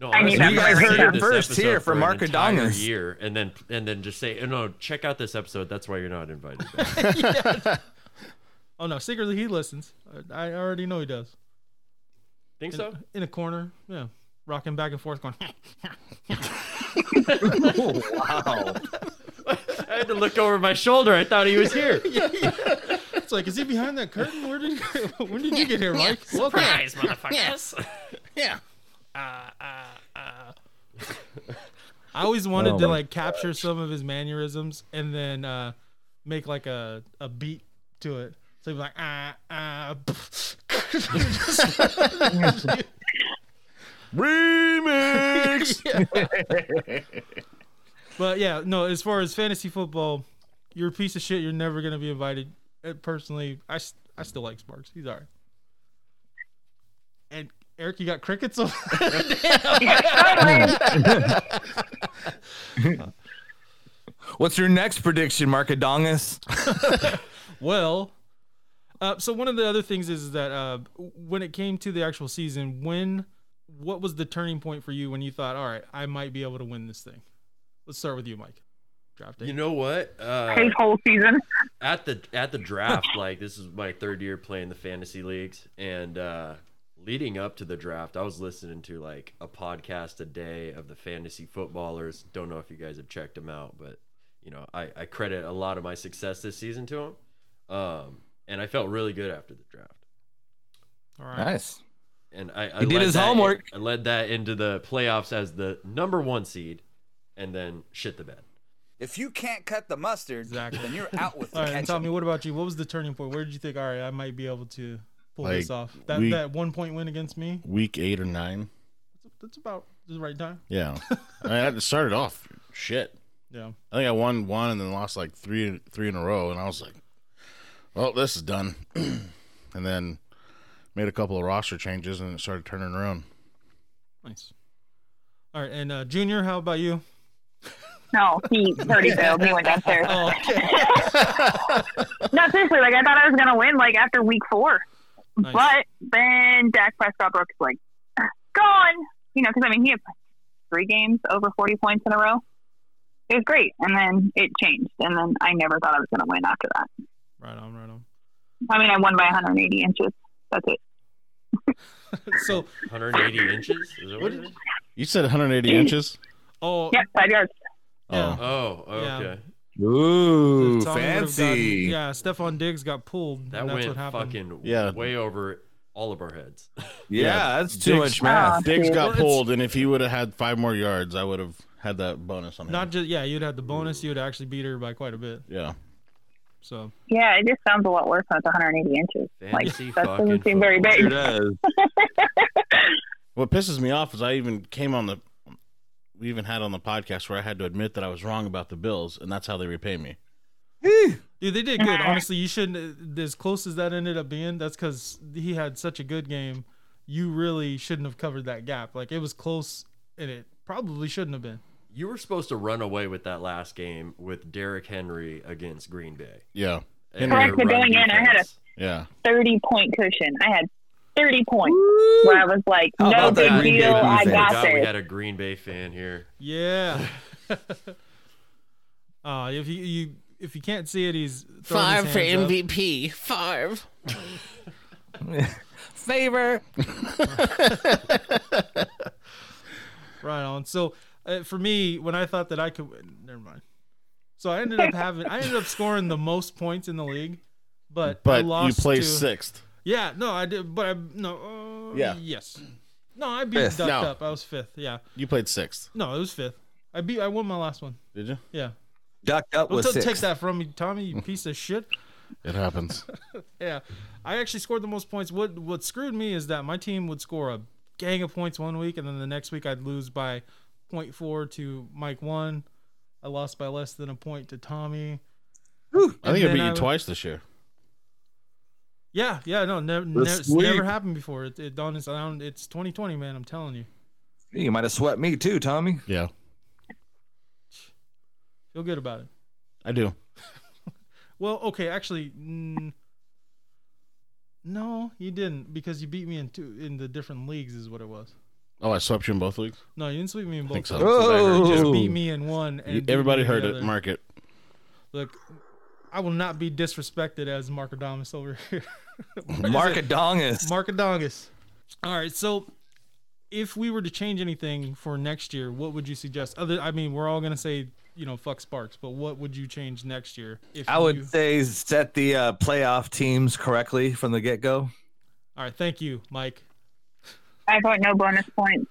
Speaker 6: no!
Speaker 7: I
Speaker 6: honestly,
Speaker 7: need that
Speaker 6: we
Speaker 7: You guys
Speaker 6: could
Speaker 7: heard
Speaker 6: save
Speaker 7: it
Speaker 6: this
Speaker 2: first
Speaker 6: episode
Speaker 2: here for
Speaker 6: an
Speaker 2: Mark
Speaker 6: entire
Speaker 2: Adonis.
Speaker 6: Year and then and then just say, oh, "No, check out this episode. That's why you're not invited." back."
Speaker 3: oh no, secretly he listens. I I already know he does.
Speaker 6: Think
Speaker 3: In,
Speaker 6: so?
Speaker 3: in a corner, yeah, rocking back and forth, going.
Speaker 2: wow.
Speaker 6: I had to look over my shoulder. I thought he was here.
Speaker 3: it's like, is he behind that curtain? Where did when did you *laughs* get here, Mike? Welcome.
Speaker 6: Surprise, motherfuckers!
Speaker 4: Yeah.
Speaker 3: *laughs* I always wanted
Speaker 2: Oh
Speaker 3: to
Speaker 2: my
Speaker 3: like capture some of his mannerisms and then uh, make like a, a beat to it. So he'd be like ah ah.
Speaker 4: Remix.
Speaker 3: But yeah, no. As far as fantasy football, you're a piece of shit. You're never gonna be invited. Uh, Personally, I, s- I still like Sparks. He's alright. And Eric, you got crickets. *laughs* on-
Speaker 7: *laughs*
Speaker 2: What's your next prediction, Mark Adongus?
Speaker 3: well, uh, so one of the other things is that uh, when it came to the actual season, when what was the turning point for you when you thought, all right, I might be able to win this thing? Let's start with you, Mike. Draft day.
Speaker 6: You know what? Uh,
Speaker 7: His whole season.
Speaker 6: at the at the draft, like this is my third year playing the fantasy leagues, and uh, leading up to the draft, I was listening to like a podcast a day of the fantasy footballers. Don't know if you guys have checked them out, but you know I, I credit a lot of my success this season to them, um, and I felt really good after the draft.
Speaker 3: all right.
Speaker 2: Nice.
Speaker 6: And I, I
Speaker 2: He did
Speaker 6: led
Speaker 2: his
Speaker 6: that-
Speaker 2: homework.
Speaker 6: I led that into the playoffs as the number one seed, and then shit the bed.
Speaker 8: If you can't cut the mustard,
Speaker 3: Exactly.
Speaker 8: then you're out with the
Speaker 3: *laughs* All right, and
Speaker 8: ketchup.
Speaker 3: Tommy, what about you? What was the turning point? Where did you think, all right, I might be able to pull this
Speaker 4: Like,
Speaker 3: off? That
Speaker 4: we-
Speaker 3: that one point win against me.
Speaker 4: *laughs* Week eight or nine.
Speaker 3: That's about the right time.
Speaker 4: Yeah. I mean, I started off shit.
Speaker 3: Yeah.
Speaker 4: I think I won one and then lost like three three in a row, and I was like, "Well, this is done." *clears throat* and then made a couple of roster changes, and it started turning around.
Speaker 6: *laughs*
Speaker 3: Nice. All right, and uh, Junior, how about you?
Speaker 7: No, he already failed. He went downstairs.
Speaker 3: Oh, okay.
Speaker 7: No, seriously, like I thought I was gonna win like after week four,
Speaker 3: Nice.
Speaker 7: but then Dak Prescott broke his leg. Gone. You know, because I mean, he had three games over forty points in a row. It was great, and then it changed, and then I never thought I was gonna win after that.
Speaker 3: Right on, right on.
Speaker 7: I mean, I won by 180 inches. That's it.
Speaker 3: So,
Speaker 7: *laughs*
Speaker 6: 180 inches. Is that what it is?
Speaker 4: You said 180 inches.
Speaker 3: oh,
Speaker 7: Yeah, five yards.
Speaker 3: Yeah.
Speaker 6: Oh,
Speaker 3: Yeah.
Speaker 6: okay.
Speaker 2: Ooh,
Speaker 3: Tommy would've
Speaker 2: fancy.
Speaker 3: gotten- yeah, Stephon Diggs got pulled.
Speaker 6: That
Speaker 3: and that's
Speaker 6: went
Speaker 3: what happened.
Speaker 6: fucking
Speaker 4: Yeah.
Speaker 6: way over all of our
Speaker 7: *laughs*
Speaker 6: heads.
Speaker 2: Yeah, that's too much
Speaker 4: Dick's-
Speaker 2: math.
Speaker 4: Diggs
Speaker 3: Well,
Speaker 4: got
Speaker 3: it's-
Speaker 4: pulled, and if he would have had five more yards, I would have had that bonus on him.
Speaker 3: Not just yeah, you'd have the bonus. You'd actually beat her by quite a bit.
Speaker 4: yeah.
Speaker 3: So
Speaker 7: Yeah, it just sounds a lot worse when it's 180 inches.
Speaker 6: Fantasy
Speaker 7: like that doesn't
Speaker 6: fucking
Speaker 7: seem very
Speaker 6: football.
Speaker 2: Sure
Speaker 7: big.
Speaker 2: does.
Speaker 4: What pisses me off is I even came on the, we even had on the podcast where I had to admit that I was wrong about the Bills, and that's how they repay me.
Speaker 3: dude, they did good. Honestly, you shouldn't. As close as that ended up being, that's because he had such a good game. You really shouldn't have covered that gap. Like it was close, and it probably shouldn't have been.
Speaker 6: You were supposed to run away with that last game with Derrick Henry against Green Bay.
Speaker 4: Yeah,
Speaker 6: And
Speaker 7: Correct,
Speaker 6: their
Speaker 7: but
Speaker 6: run
Speaker 7: going in, I had a-
Speaker 6: defense.
Speaker 4: yeah.
Speaker 7: 30 point cushion. I had 30 points where I was like,
Speaker 2: How
Speaker 7: no
Speaker 2: about that
Speaker 7: big
Speaker 2: Green Bay
Speaker 7: deal. Oh, I
Speaker 2: defense?
Speaker 7: got
Speaker 6: God, we
Speaker 7: this.
Speaker 6: had a Green Bay fan here.
Speaker 3: Yeah. *laughs* uh, if you, you if you can't see it, he's throwing his hands up.
Speaker 4: MVP. Five.
Speaker 2: Favor.
Speaker 3: Right on. So uh, for me, when I thought that I could, win, never mind. So I ended up having, I ended up scoring the most points in the league, but I
Speaker 4: But you
Speaker 3: lost
Speaker 4: play
Speaker 3: to-
Speaker 4: sixth.
Speaker 3: Yeah, no, I did, but I no. Uh,
Speaker 4: Yeah.
Speaker 3: Yes. No, I beat
Speaker 2: Fifth.
Speaker 3: ducked
Speaker 4: No.
Speaker 3: up. I was fifth. Yeah.
Speaker 4: You played sixth,
Speaker 3: No, it was fifth. I beat. I won my last one.
Speaker 4: did you?
Speaker 3: Yeah.
Speaker 2: Ducked up
Speaker 3: Don't
Speaker 2: was
Speaker 3: t-
Speaker 2: six.
Speaker 3: take that from me, Tommy.
Speaker 4: Mm.
Speaker 3: You piece of shit.
Speaker 4: It happens.
Speaker 3: *laughs* Yeah, I actually scored the most points. What what screwed me is that my team would score a gang of points one week, and then the next week I'd lose by 0.4 to Mike one. I lost by less than a point to Tommy.
Speaker 4: I think I
Speaker 3: And
Speaker 4: beat
Speaker 3: then
Speaker 4: you
Speaker 3: I-
Speaker 4: twice this year.
Speaker 3: Yeah, yeah, no, never,
Speaker 2: This
Speaker 3: never,
Speaker 2: week.
Speaker 3: never happened before. It, it dawned us down. It's 2020, man. I'm telling you,
Speaker 2: You might have swept me too, Tommy.
Speaker 4: Yeah,
Speaker 3: feel good about it.
Speaker 4: I do.
Speaker 3: Well, okay, actually, mm, no, you didn't because you beat me in two in the different leagues, is what it was.
Speaker 4: Oh, I swept you in both leagues.
Speaker 3: No, you didn't sweep me in
Speaker 4: I think
Speaker 3: both.
Speaker 4: so.
Speaker 3: leagues. You Just
Speaker 2: Oh.
Speaker 3: beat me in one. And
Speaker 4: You-
Speaker 3: beat me
Speaker 4: everybody
Speaker 3: in the
Speaker 4: heard it.
Speaker 3: other.
Speaker 4: Mark it.
Speaker 3: Look, I will not be disrespected as Markadamus over here. *laughs*
Speaker 2: *laughs* Markadongus.
Speaker 3: Markadamus. All right, so if we were to change anything for next year, what would you suggest? Other, I mean, we're all gonna say you know fuck Sparks, but what would you change next year? If
Speaker 2: I would
Speaker 3: you-
Speaker 2: say set the uh, playoff teams correctly from the get go.
Speaker 3: All right, thank you, Mike.
Speaker 7: I got no bonus points.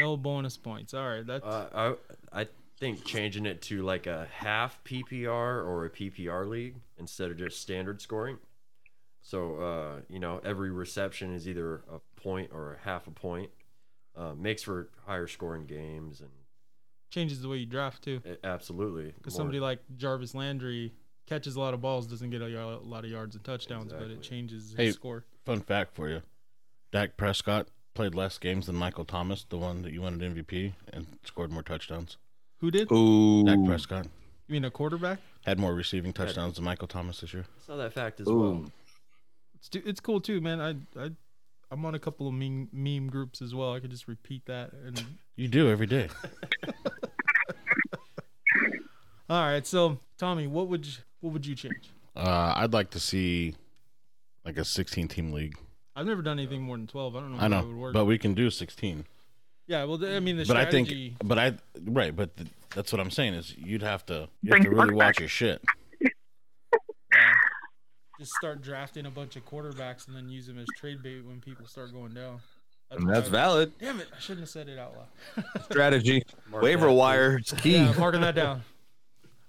Speaker 3: No bonus points. All right, that's
Speaker 6: Uh, I I think changing it to like a half PPR or a PPR league instead of just standard scoring. So uh, you know every reception is either a point or a half a point. Uh, makes for higher scoring games and
Speaker 3: changes the way you draft too.
Speaker 6: a- absolutely
Speaker 3: Because
Speaker 6: more-
Speaker 3: somebody like Jarvis Landry catches a lot of balls, doesn't get a y- a lot of yards and touchdowns, but it
Speaker 6: Exactly.
Speaker 3: changes his
Speaker 4: Hey,
Speaker 3: score.
Speaker 4: Fun fact for you: Dak Prescott played less games than Michael Thomas, the one that you wanted MVP, and scored more touchdowns.
Speaker 3: Who did?
Speaker 2: Ooh.
Speaker 4: Dak Prescott
Speaker 3: You mean a quarterback?
Speaker 4: had more receiving touchdowns than Michael Thomas this year.
Speaker 6: saw that fact as
Speaker 2: Ooh.
Speaker 6: well.
Speaker 3: It's do- it's cool too, man. I I I'm on a couple of meme meme groups as well. I could just repeat that. And *laughs*
Speaker 4: You do every day.
Speaker 3: all right, so Tommy, what would you, what would you change?
Speaker 4: Uh, I'd like to see like a 16 team league.
Speaker 3: I've never done anything more than twelve. I don't know.
Speaker 4: I
Speaker 3: how that would
Speaker 4: know,
Speaker 3: work.
Speaker 4: but we can do 16.
Speaker 3: yeah, well, th- I mean the
Speaker 4: But I
Speaker 3: strategy.
Speaker 4: think, but I right, but th- that's what I'm saying is you'd have to you have
Speaker 7: Bring
Speaker 4: to really
Speaker 7: quarterback.
Speaker 4: watch your shit.
Speaker 3: just start drafting a bunch of quarterbacks and then use them as trade bait when people start going down.
Speaker 2: And
Speaker 3: what
Speaker 2: that's
Speaker 3: I-
Speaker 2: valid.
Speaker 3: Damn it! I shouldn't have said it out
Speaker 4: *laughs*
Speaker 3: loud.
Speaker 2: Strategy.
Speaker 6: Mark
Speaker 2: Waiver
Speaker 6: that.
Speaker 2: wire. It's key.
Speaker 3: Yeah, marking that down.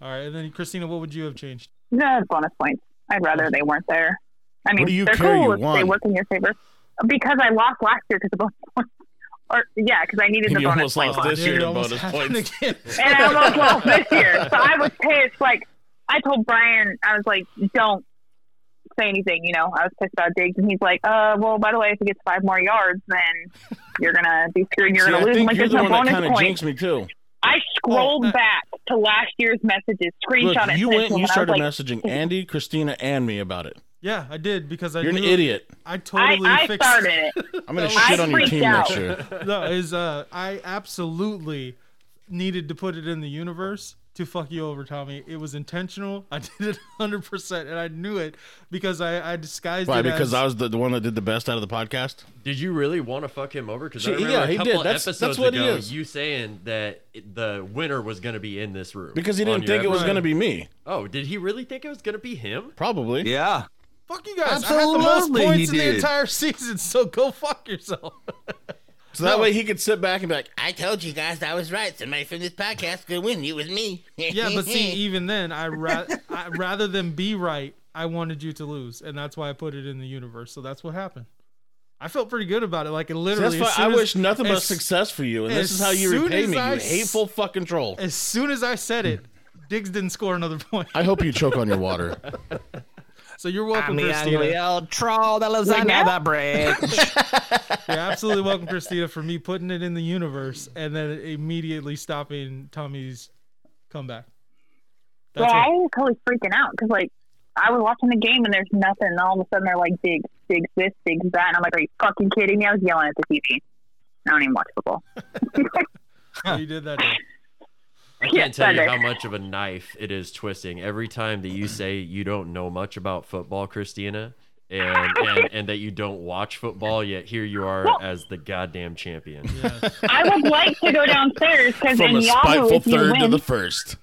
Speaker 3: All right, and then Christina, what would you have changed?
Speaker 7: No bonus points. I'd rather they weren't there. I mean,
Speaker 4: do you
Speaker 7: they're
Speaker 4: care?
Speaker 7: cool
Speaker 4: You
Speaker 7: if they
Speaker 4: won.
Speaker 7: work in your favor. Because I lost last year because of bonus *laughs* points. Or, yeah, because I needed the
Speaker 4: You almost
Speaker 7: bonus points.
Speaker 4: lost this
Speaker 3: Dude,
Speaker 4: year
Speaker 3: it
Speaker 4: to
Speaker 3: almost
Speaker 4: bonus
Speaker 3: happened
Speaker 4: points.
Speaker 3: again. *laughs*
Speaker 7: and I almost lost this year. So I was pissed. Like I told Brian, I was like, "Don't say anything." You know, I was pissed about Diggs, and he's like, "Uh, well, by the way, if he gets five more yards, then you're gonna be screwed. and You're
Speaker 4: See,
Speaker 7: gonna
Speaker 4: I
Speaker 7: lose." I'm
Speaker 4: think
Speaker 7: like,
Speaker 4: you're
Speaker 7: "There's
Speaker 4: the
Speaker 7: no
Speaker 4: one that
Speaker 7: bonus
Speaker 4: kind of
Speaker 7: point."
Speaker 4: jinxed me too.
Speaker 7: I scrolled
Speaker 3: Oh, uh,
Speaker 7: back to last year's messages,
Speaker 4: Look,
Speaker 7: screenshot it.
Speaker 4: you
Speaker 7: sent
Speaker 4: went and
Speaker 7: to
Speaker 4: you
Speaker 7: him, and
Speaker 4: started
Speaker 7: I was like,
Speaker 4: messaging Andy, Christina, and me about it.
Speaker 3: Yeah, I did because I
Speaker 4: You're an
Speaker 3: knew- *laughs*
Speaker 4: idiot.
Speaker 3: I totally
Speaker 7: I, I
Speaker 3: fixed
Speaker 4: *laughs*
Speaker 7: started it.
Speaker 4: I'm gonna
Speaker 3: No,
Speaker 4: shit
Speaker 7: I
Speaker 4: on your
Speaker 7: freaked
Speaker 4: team
Speaker 7: out.
Speaker 4: next
Speaker 3: *laughs*
Speaker 4: year.
Speaker 3: no, is uh, I absolutely needed to put it in the universe to fuck you over, Tommy. It was intentional. I did it 100, percent and I knew it because I, I disguised
Speaker 4: Why?
Speaker 3: it.
Speaker 4: Because
Speaker 3: as,
Speaker 4: I was the, the one that did the best out of the podcast.
Speaker 6: Did you really want to fuck him over? Because I
Speaker 4: Shit,
Speaker 6: remember
Speaker 4: yeah,
Speaker 6: a
Speaker 4: he
Speaker 6: couple
Speaker 4: did. That's-
Speaker 6: episodes
Speaker 4: that's what he
Speaker 6: ago,
Speaker 4: is.
Speaker 6: you saying that it- the winner was going to be in this room
Speaker 4: Because he
Speaker 6: on
Speaker 4: didn't
Speaker 6: your
Speaker 4: think it was
Speaker 6: episode.
Speaker 4: gonna be me.
Speaker 6: Oh, did he really think it was going to be him?
Speaker 4: Probably.
Speaker 2: Yeah.
Speaker 3: fuck you guys. I had the most
Speaker 2: Absolutely he
Speaker 3: points in the
Speaker 2: did.
Speaker 3: entire season, so go fuck yourself.
Speaker 4: So that way he could sit back and be like,
Speaker 9: I told you guys I was right. Somebody from this podcast could win. It was me.
Speaker 3: yeah, but *laughs* see,
Speaker 9: *laughs*
Speaker 3: even then, I, *laughs* ra- I rather than be right, I wanted you to lose, and that's why I put it in the universe. So that's what happened. I felt pretty good about it. Like it
Speaker 4: So
Speaker 3: literally.
Speaker 4: that's why
Speaker 3: as soon
Speaker 4: I
Speaker 3: as-
Speaker 4: wish nothing but
Speaker 3: as-
Speaker 4: success for you, and this
Speaker 3: as
Speaker 4: is how you
Speaker 3: soon
Speaker 4: repay
Speaker 3: as
Speaker 4: me,
Speaker 3: I
Speaker 4: you
Speaker 3: s-
Speaker 4: hateful fucking troll.
Speaker 3: As soon as I said it, Diggs didn't score another point.
Speaker 4: I hope you choke on your
Speaker 7: *laughs*
Speaker 4: water.
Speaker 3: So you're welcome, Christina.
Speaker 9: old troll that lives
Speaker 7: Like now?
Speaker 9: bridge.
Speaker 3: You're absolutely welcome, Christina, for me putting it in the universe and then immediately stopping Tommy's comeback.
Speaker 7: Yeah,
Speaker 3: That's
Speaker 7: I
Speaker 3: it.
Speaker 7: was totally freaking out because like I was watching the game and there's nothing, and all of a sudden they're like digs, digs this, digs that, and I'm like, are you fucking kidding me? I was yelling at the TV. I don't even watch football.
Speaker 3: *laughs* you did that. Day.
Speaker 6: I
Speaker 7: Yeah,
Speaker 6: can't tell you
Speaker 7: Sunday.
Speaker 6: how much of a knife it is twisting every time that you say you don't know much about football, Christina,
Speaker 3: *laughs*
Speaker 6: and and, and that you don't watch football. Yet here you are as the goddamn champion.
Speaker 7: I would like to go downstairs because
Speaker 4: From
Speaker 7: in
Speaker 4: a
Speaker 7: Yahoo,
Speaker 4: spiteful
Speaker 7: if you
Speaker 4: third to
Speaker 7: win,
Speaker 4: the first.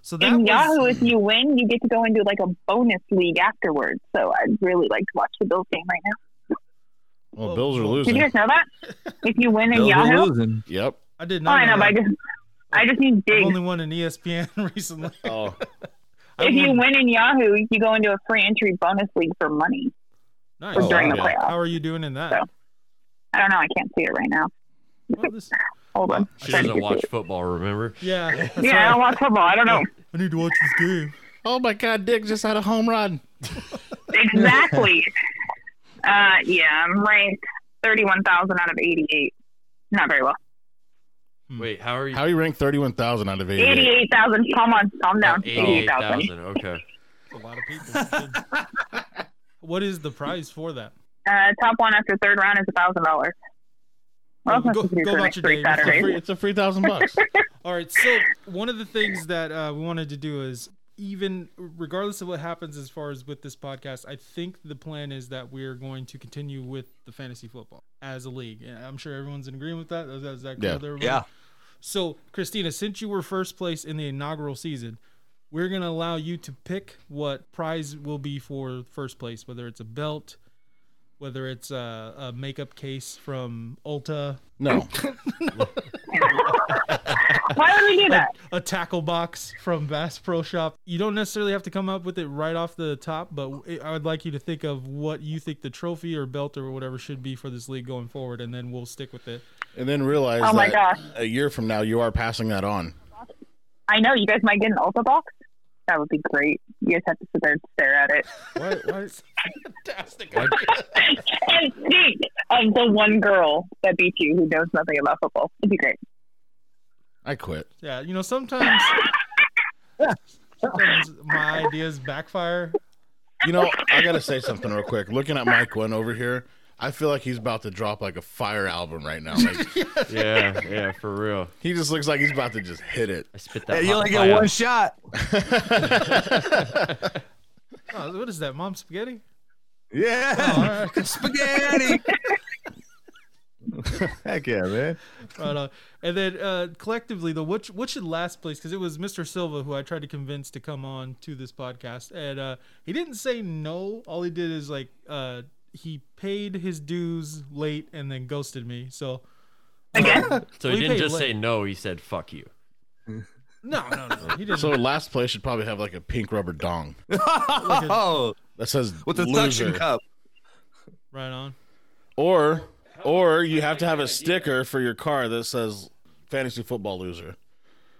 Speaker 3: So that
Speaker 7: in
Speaker 3: was,
Speaker 7: Yahoo, if you win, you get to go into like a bonus league afterwards. So I'd really like to watch the Bills game right now.
Speaker 4: Well, Bills are losing.
Speaker 7: Did you guys know that? If you win in
Speaker 2: Bills are
Speaker 7: Yahoo,
Speaker 2: losing.
Speaker 4: Yep.
Speaker 3: I did
Speaker 7: oh,
Speaker 3: not.
Speaker 7: I know,
Speaker 3: know
Speaker 7: but I
Speaker 3: that.
Speaker 7: just, I just need
Speaker 3: I've
Speaker 7: digs.
Speaker 3: only won an E ESPN *laughs* recently.
Speaker 4: *laughs* Oh,
Speaker 3: I
Speaker 7: if you
Speaker 3: won-
Speaker 7: win in Yahoo, you go into a free entry bonus league for money
Speaker 3: nice.
Speaker 7: for
Speaker 4: Oh,
Speaker 7: during the
Speaker 4: okay.
Speaker 7: playoffs.
Speaker 3: How are you doing in that?
Speaker 7: So. I don't know. I can't see it right now.
Speaker 3: Well, this-
Speaker 7: Hold on.
Speaker 6: She
Speaker 7: Trying to
Speaker 6: doesn't
Speaker 7: get
Speaker 6: watch
Speaker 7: to it.
Speaker 6: football, remember?
Speaker 3: yeah. that's
Speaker 7: *laughs* Yeah, I
Speaker 3: right.
Speaker 7: don't watch football. I don't know.
Speaker 3: I need to watch this game.
Speaker 4: oh my God, Dick just had a home run.
Speaker 7: Exactly. uh, yeah, I'm ranked 31,000 out of 88. Not very well.
Speaker 4: Hmm.
Speaker 6: Wait, how are you?
Speaker 4: How you rank thirty-one thousand out of eighty?
Speaker 7: 88,000. Come on, calm down. 88,000.
Speaker 6: 88,000.
Speaker 3: *laughs*
Speaker 6: Okay.
Speaker 3: That's a lot of people.
Speaker 7: *laughs*
Speaker 3: what is the prize for that?
Speaker 7: Uh, top one after third round is $1,000. What else am I
Speaker 3: Go-
Speaker 7: supposed to do
Speaker 3: go
Speaker 7: for the
Speaker 3: about
Speaker 7: next
Speaker 3: your
Speaker 7: three
Speaker 3: day. It's a
Speaker 7: Saturdays?
Speaker 4: Free- It's a free thousand bucks.
Speaker 3: All right. So one of the things that uh, we wanted to do is even regardless of what happens as far as with this podcast, I think the plan is that we are going to continue with the fantasy football as a league. And I'm sure everyone's in agreement with that. Is that, is that cool
Speaker 4: Yeah.
Speaker 3: with everybody?
Speaker 2: Yeah.
Speaker 3: So Christina, since you were first place in the inaugural season, we're gonna allow you to pick what prize will be for first place, whether it's a belt, whether it's a, a makeup case from Ulta,
Speaker 4: *laughs* No,
Speaker 7: Why
Speaker 3: *laughs*
Speaker 7: would we do that?
Speaker 3: a tackle box from Bass Pro Shop. You don't necessarily have to come up with it right off the top, but it- I would like you to think of what you think the trophy or belt or whatever should be for this league going forward, and then we'll stick with it.
Speaker 4: and then realize
Speaker 7: Oh my
Speaker 4: that
Speaker 7: gosh.
Speaker 4: a year from now you are passing that on.
Speaker 7: I know. You guys might get an Ulta box. That would be great. You guys have to sit there and stare
Speaker 3: *laughs*
Speaker 7: at it.
Speaker 3: What? what?
Speaker 7: and think of the one girl that beat you who knows nothing about football. It'd be great.
Speaker 4: I quit.
Speaker 3: Yeah, you know sometimes, sometimes my ideas backfire.
Speaker 4: You know, I gotta say something real quick. Looking at Mike one over here, I feel like he's about to drop like a fire album right now. *laughs* Like,
Speaker 6: Yeah, yeah, for real.
Speaker 4: he just looks like he's about to just hit *laughs* it.
Speaker 6: I spit that.
Speaker 2: Hey, you
Speaker 6: hot
Speaker 2: only
Speaker 6: fire.
Speaker 2: get one shot.
Speaker 3: Oh, what is that, mom spaghetti? Oh,
Speaker 2: Yeah.
Speaker 3: All
Speaker 2: *laughs*
Speaker 3: right.
Speaker 2: Spaghetti. Heck yeah, man.
Speaker 3: Right on. And then uh, collectively, though, what what should last place? Because it was Mr. Silva who I tried to convince to come on to this podcast, and uh, he didn't say no. All he did is like uh, he paid his dues late and then ghosted me. So
Speaker 7: Again?
Speaker 6: So
Speaker 3: Well,
Speaker 6: he
Speaker 3: you
Speaker 6: didn't
Speaker 3: paid
Speaker 6: just
Speaker 3: late.
Speaker 6: say no. He said fuck you.
Speaker 3: no, no, no, he didn't. *laughs*
Speaker 4: So last place should probably have like a pink rubber *laughs* dong
Speaker 2: Oh,
Speaker 4: that says
Speaker 2: with the
Speaker 4: loser.
Speaker 2: suction cup.
Speaker 3: right on.
Speaker 4: Or or you have to have a sticker for your car that says fantasy football loser.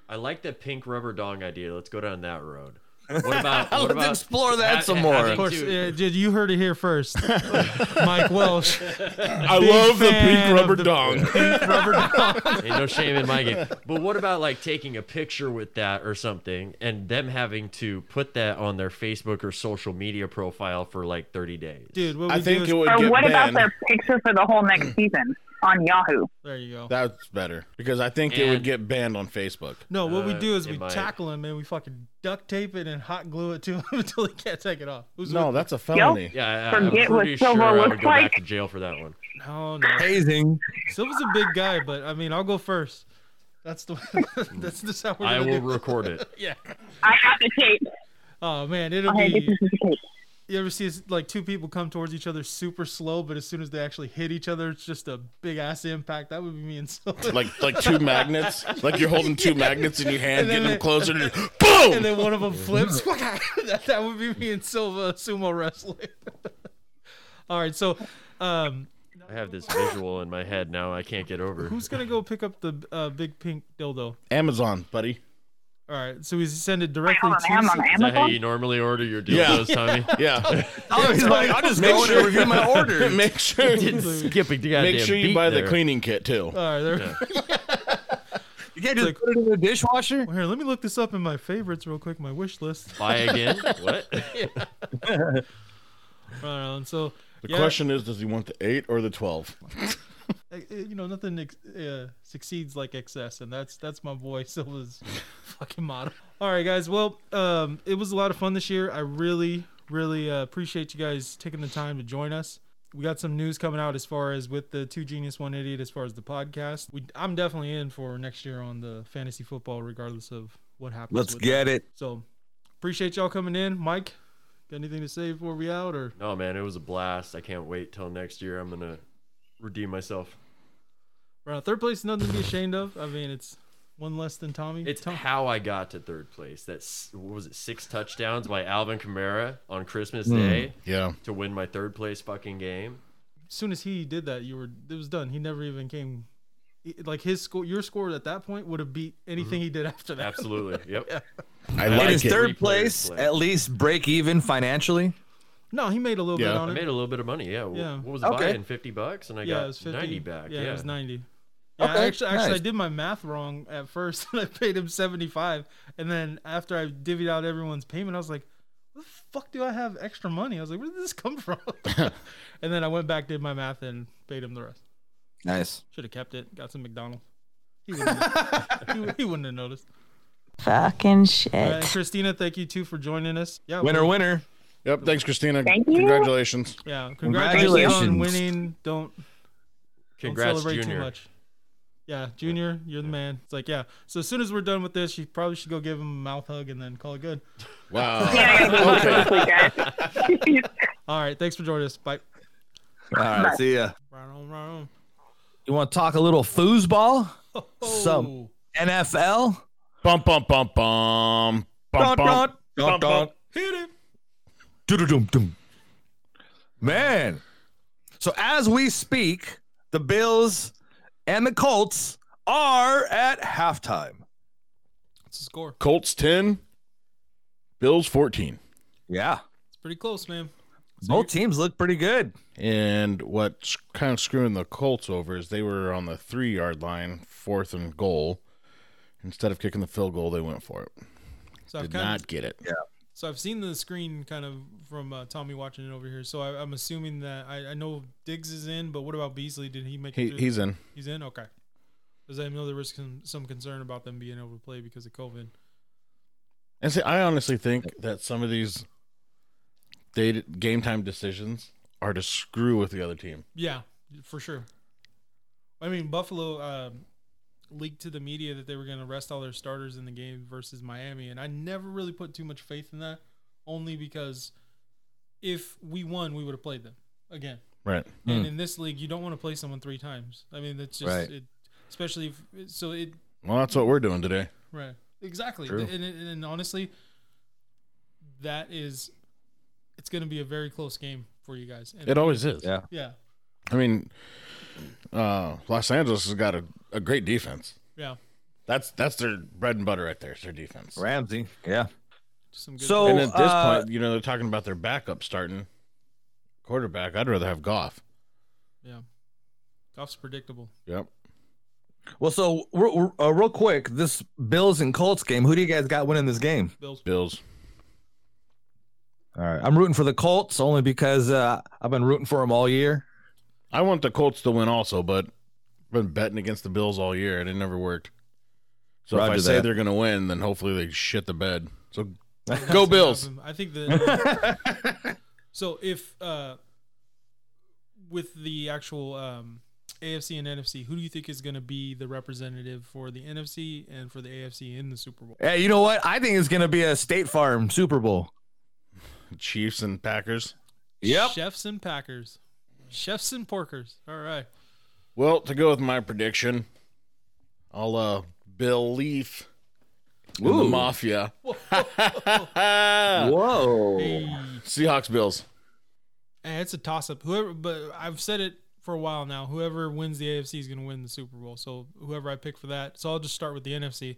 Speaker 6: I like the pink rubber dong idea. Let's go down that road. What about what
Speaker 2: Let's
Speaker 6: about
Speaker 2: explore that
Speaker 6: ha-
Speaker 2: some
Speaker 6: ha-
Speaker 2: more.
Speaker 6: having
Speaker 2: Of
Speaker 3: Of course,
Speaker 6: to-
Speaker 3: yeah, did- you heard it here
Speaker 4: *laughs*
Speaker 3: first. Mike Welsh,
Speaker 4: I
Speaker 3: Big
Speaker 4: love the
Speaker 3: fan
Speaker 4: pink
Speaker 3: of
Speaker 4: rubber
Speaker 3: the-
Speaker 4: dong.
Speaker 3: rubber
Speaker 4: *laughs*
Speaker 3: dog.
Speaker 6: *laughs* Ain't no shame in my game. But what about like taking a picture with that or something and them having to put that on their Facebook or social media profile for like 30 days?
Speaker 3: Dude, what we
Speaker 4: I think it
Speaker 3: do is,
Speaker 4: would
Speaker 7: Or
Speaker 4: get
Speaker 7: what about
Speaker 4: banned.
Speaker 7: their picture for the
Speaker 3: *clears throat*
Speaker 7: whole next season on Yahoo?
Speaker 3: there you go.
Speaker 4: That's better because I think it
Speaker 6: And-
Speaker 4: would get banned on Facebook.
Speaker 3: No, what we
Speaker 6: Uh,
Speaker 3: do is
Speaker 6: it
Speaker 3: we
Speaker 6: might.
Speaker 3: tackle him and we fucking duct tape it and hot glue it to *laughs* him until he can't take it off. Who's
Speaker 4: No,
Speaker 3: with-
Speaker 4: that's a felony.
Speaker 6: Yeah, I, I'm
Speaker 7: Forget what
Speaker 6: pretty sure
Speaker 7: Silva
Speaker 6: I would
Speaker 7: looks
Speaker 6: go back
Speaker 7: like.
Speaker 6: to jail for that one.
Speaker 3: no, no.
Speaker 2: Hazing.
Speaker 3: Silva's a big guy, but I mean, I'll go first. That's the *laughs* that's just how we're
Speaker 6: I
Speaker 3: gonna
Speaker 6: will
Speaker 3: do.
Speaker 6: record it.
Speaker 3: Yeah.
Speaker 7: I got the tape.
Speaker 3: Oh man, it'll
Speaker 7: Okay, this
Speaker 3: be.
Speaker 7: is the tape.
Speaker 3: You ever see like two people come towards each other super slow, but as soon as they actually hit each other, it's just a big ass impact. That would be me and Silva.
Speaker 4: *laughs* Like like two magnets. Like you're holding two magnets in your hand,
Speaker 3: And then
Speaker 4: getting them
Speaker 3: it-
Speaker 4: closer, and *laughs* boom.
Speaker 3: and then one of them flips. *laughs* that, that would be me and Silva sumo wrestling. *laughs* All right, so um,
Speaker 6: I have this visual in my head now. I can't get over.
Speaker 3: who's gonna go pick up the uh, big pink dildo?
Speaker 4: Amazon, buddy.
Speaker 3: All right, so we send it directly
Speaker 7: hold on,
Speaker 3: to.
Speaker 7: I'm on
Speaker 3: Sil-
Speaker 6: Is that how
Speaker 7: Amazon.
Speaker 6: you normally order your
Speaker 4: Yeah.
Speaker 6: dildos, Tommy?
Speaker 4: *laughs* Yeah.
Speaker 2: *laughs* Oh, he's like, I'll
Speaker 3: *laughs*
Speaker 2: just go in and review *laughs* my order.
Speaker 4: make sure
Speaker 6: Didn't skip a goddamn
Speaker 4: make sure you
Speaker 6: beat
Speaker 4: buy
Speaker 6: there.
Speaker 4: the cleaning kit too.
Speaker 3: All right, there.
Speaker 2: You can't just put it in the dishwasher.
Speaker 3: Well, here, let me look this up in my favorites real quick, my wish list. *laughs*
Speaker 6: Buy again? What?
Speaker 3: Right on. So,
Speaker 4: The
Speaker 3: yeah,
Speaker 4: question is, does he want the eight or the twelve?
Speaker 3: uh, uh, you know, nothing ex- uh, succeeds like excess, and that's that's my boy
Speaker 2: *laughs*
Speaker 3: *laughs* Silva's fucking motto. All right, guys. Well, um, it was a lot of fun this year. I really, really uh, appreciate you guys taking the time to join us. We got some news coming out as far as with the two genius one idiot as far as the podcast. We, I'm definitely in for next year on the fantasy football, regardless of what happens.
Speaker 2: Let's
Speaker 3: with
Speaker 2: get it.
Speaker 3: So appreciate y'all coming in. Mike, got anything to say before we out or
Speaker 6: No, man, it was a blast. I can't wait till next year. I'm gonna redeem myself.
Speaker 3: we're out. third place? Nothing to be ashamed of. I mean, it's one less than Tommy.
Speaker 6: It's
Speaker 3: Tom-
Speaker 6: how I got to third place. That's what was it? Six touchdowns by Alvin Kamara on Christmas Day
Speaker 4: Yeah.
Speaker 6: to win my third place fucking game.
Speaker 3: as soon as he did that, you were it was done. He never even came. it- Like his score, your score at that point would have beat anything he did after that.
Speaker 6: Absolutely. Yep.
Speaker 4: I
Speaker 2: In
Speaker 4: like
Speaker 2: his
Speaker 4: it.
Speaker 2: third
Speaker 6: Three players
Speaker 2: place,
Speaker 6: play.
Speaker 2: at least break even financially.
Speaker 3: *laughs* No, he made a little
Speaker 4: Yeah.
Speaker 3: bit
Speaker 6: I
Speaker 3: on
Speaker 6: made
Speaker 3: it.
Speaker 6: a little bit of money. Yeah. Wh-
Speaker 3: Yeah.
Speaker 6: What was the
Speaker 2: Okay.
Speaker 6: buy in? 50 bucks? And I
Speaker 3: Yeah,
Speaker 6: got
Speaker 3: it was 50,
Speaker 6: 90 back.
Speaker 3: Yeah,
Speaker 6: Yeah.
Speaker 3: it was ninety. Yeah,
Speaker 2: Okay,
Speaker 3: actually, actually, I
Speaker 2: nice.
Speaker 3: did my math wrong at first, *laughs* and I paid him seventy-five. And then after I divvied out everyone's payment, I was like, "What the fuck do I have extra money?" I was like, "Where did this come
Speaker 6: *laughs*
Speaker 3: from?" *laughs* and then I went back, did my math, and paid him the rest.
Speaker 2: Nice.
Speaker 3: Should have kept it. Got some McDonald's. He wouldn't,
Speaker 6: *laughs*
Speaker 3: he, he wouldn't have noticed.
Speaker 1: Fucking
Speaker 3: All right,
Speaker 1: shit.
Speaker 3: Christina, thank you too for joining us. Yeah,
Speaker 2: Winner,
Speaker 3: we-
Speaker 2: winner.
Speaker 4: Yep. Thanks, Christina.
Speaker 7: Thank you.
Speaker 4: Congratulations.
Speaker 3: Yeah, congratulations on
Speaker 2: Congratulations.
Speaker 3: winning. Don't don't
Speaker 6: Congrats,
Speaker 3: celebrate
Speaker 6: Junior.
Speaker 3: too much. Yeah, Junior, you're the man. It's like, yeah. So as soon as we're done with this, you probably should go give him a mouth hug and then call it good.
Speaker 4: Wow.
Speaker 7: Yeah, I got the tape, guys.
Speaker 3: *laughs*
Speaker 7: *laughs*
Speaker 3: All right, thanks for joining us. Bye.
Speaker 2: All right, see ya.
Speaker 3: Right on, right on.
Speaker 2: You want to talk a little foosball?
Speaker 3: Oh.
Speaker 2: Some NFL?
Speaker 4: bum bum bum bum. Bum bum.
Speaker 2: Dun, dun.
Speaker 3: Hit it.
Speaker 2: Doo-doo-dum-dum. Man. So as we speak, the Bills and the Colts are at halftime.
Speaker 3: It's a score.
Speaker 4: Colts ten. Bills fourteen.
Speaker 2: Yeah.
Speaker 3: It's pretty close, man.
Speaker 2: Both teams look pretty good.
Speaker 4: And what's kind of screwing the Colts over is they were on the three yard line, fourth and goal. Instead of kicking the field goal, they went for it.
Speaker 3: So I've
Speaker 4: Did
Speaker 3: kind
Speaker 4: not
Speaker 3: of,
Speaker 4: get it.
Speaker 3: so I've seen the screen kind of from uh, Tommy watching it over here. So I, I'm assuming that I, I know Diggs is in, but what about Beasley? Did he make? it
Speaker 4: He,
Speaker 3: through?
Speaker 4: he's in.
Speaker 3: he's in. Okay. Because I know there was some, some concern about them being able to play because of COVID.
Speaker 4: And see, I honestly think that some of these day, game time decisions are to screw with the other team.
Speaker 3: Yeah, for sure. I mean, Buffalo um leaked to the media that they were going to rest all their starters in the game versus Miami, and I never really put too much faith in that, only because if we won, we would have played them again.
Speaker 4: Right.
Speaker 3: And in this league, you don't want to play someone three times. I mean, that's just
Speaker 2: Hmm. Right.
Speaker 3: it, especially if so it
Speaker 4: Well, that's what we're doing today.
Speaker 3: Right. Exactly.
Speaker 4: True.
Speaker 3: And, and, and honestly, that is, it's going to be a very close game for you guys. And,
Speaker 4: It always is.
Speaker 2: Yeah.
Speaker 3: yeah.
Speaker 4: I mean, uh, Los Angeles has got a, a great defense.
Speaker 3: Yeah.
Speaker 4: That's that's their bread and butter right there. It's their defense.
Speaker 2: Ramsey. Yeah.
Speaker 3: Just some
Speaker 2: So-
Speaker 4: and at this
Speaker 2: uh,
Speaker 4: point, you know, they're talking about their backup starting quarterback. I'd rather have Goff.
Speaker 3: yeah, golf's predictable.
Speaker 4: Yep.
Speaker 2: Well, so re- re- uh, real quick, this Bills and Colts game. Who do you guys got winning this game?
Speaker 3: Bills.
Speaker 4: Bills.
Speaker 2: All right, I'm rooting for the Colts only because uh, I've been rooting for them all year.
Speaker 4: I want the Colts to win also, but I've been betting against the Bills all year and it never worked. So if
Speaker 2: Roger
Speaker 4: I say
Speaker 2: that.
Speaker 4: they're going to win, then hopefully they shit the bed. So go Bills.
Speaker 3: I think the.
Speaker 4: *laughs*
Speaker 3: so if uh, with the actual um, AFC and NFC, who do you think is going to be the representative for the NFC and for the AFC in the Super Bowl?
Speaker 2: Hey, you know what? I think it's gonna be a State Farm Super Bowl.
Speaker 4: Chiefs and Packers.
Speaker 3: Chefs and Packers, chefs and porkers. All right.
Speaker 4: Well, to go with my prediction, I'll uh Bill Leaf in the
Speaker 2: Ooh.
Speaker 4: Mafia.
Speaker 2: Whoa.
Speaker 4: Seahawks Bills.
Speaker 3: Eh, it's a toss up. Whoever, but I've said it for a while now. Whoever wins the AFC is going to win the Super Bowl. So whoever I pick for that. So I'll just start with the NFC.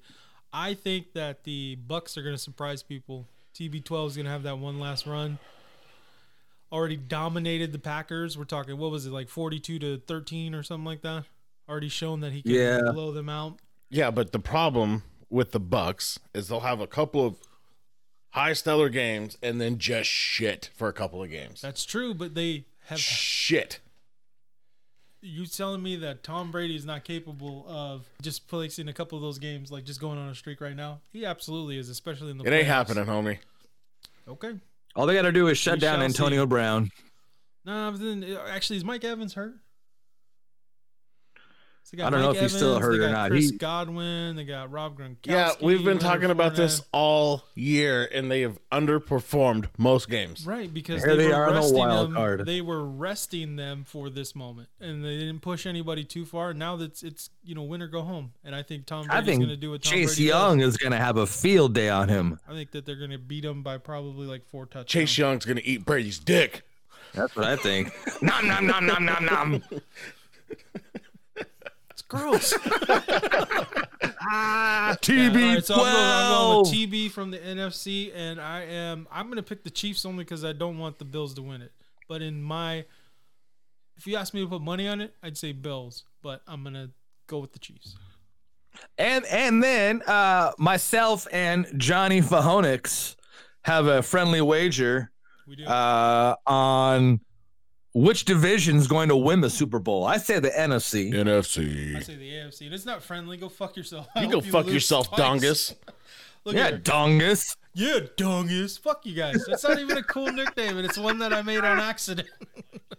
Speaker 3: I think that the Bucks are going to surprise people. TB12 is going to have that one last run. Already dominated the Packers. We're talking what was it like 42 to 13 or something like that. Already shown that he can
Speaker 2: Yeah.
Speaker 3: blow them out.
Speaker 4: Yeah, but the problem with the Bucks is they'll have a couple of high stellar games and then just shit for a couple of games.
Speaker 3: That's true, but they have
Speaker 4: shit.
Speaker 3: you telling me that Tom Brady is not capable of just placing a couple of those games, like just going on a streak right now? He absolutely is, especially in the.
Speaker 4: It
Speaker 3: playoffs.
Speaker 4: ain't happening, homie.
Speaker 3: Okay.
Speaker 2: All they gotta do is shut
Speaker 3: We
Speaker 2: down
Speaker 3: shall
Speaker 2: Antonio
Speaker 3: see.
Speaker 2: Brown.
Speaker 3: No, but then actually, is Mike Evans hurt? So they got
Speaker 2: I don't know if he's still
Speaker 3: they
Speaker 2: hurt or
Speaker 3: got
Speaker 2: not.
Speaker 3: Chris
Speaker 2: He-
Speaker 3: Godwin. They got Rob Gronkowski.
Speaker 4: yeah, we've been
Speaker 3: Leonard
Speaker 4: talking about this
Speaker 3: Fournette.
Speaker 4: all year and they have underperformed most games.
Speaker 3: Right, because
Speaker 2: Here
Speaker 3: they,
Speaker 2: they
Speaker 3: were
Speaker 2: are on the
Speaker 3: resting
Speaker 2: wild
Speaker 3: them.
Speaker 2: card.
Speaker 3: They were resting them for this moment, and they didn't push anybody too far. Now that's it's you know win or go home, and I think Tom
Speaker 2: I
Speaker 3: Brady's going to do
Speaker 2: think
Speaker 3: what Tom
Speaker 2: Chase
Speaker 3: Brady does.
Speaker 2: Young is gonna have a field day on him.
Speaker 3: I think that they're going to beat them by probably like four touchdowns.
Speaker 4: Chase Young's going to eat Brady's dick.
Speaker 2: That's what I think. *laughs* nom nom nom nom nom *laughs* nom.
Speaker 3: It's gross. All
Speaker 2: TB
Speaker 3: right, so I'm going, I'm going
Speaker 2: twelve.
Speaker 3: with TB from the NFC, and I am I'm going to pick the Chiefs only because I don't want the Bills to win it. But in my, if you asked me to put money on it, I'd say Bills, but I'm going to go with the Chiefs.
Speaker 2: And and then uh, myself and Johnny Fahonix have a friendly wager
Speaker 3: We do.
Speaker 2: uh, on which division's going to win the Super Bowl. I say the NFC.
Speaker 4: NFC.
Speaker 3: I say the AFC, and it's not friendly. Go fuck yourself. I
Speaker 4: You
Speaker 3: hope
Speaker 4: go fuck
Speaker 3: lose
Speaker 4: yourself,
Speaker 3: twice.
Speaker 4: Dongus.
Speaker 3: Look
Speaker 2: Yeah,
Speaker 3: at her.
Speaker 2: dongus.
Speaker 3: yeah, Dongus. Fuck you guys. That's not even a cool *laughs* nickname, and it's one that I made on accident.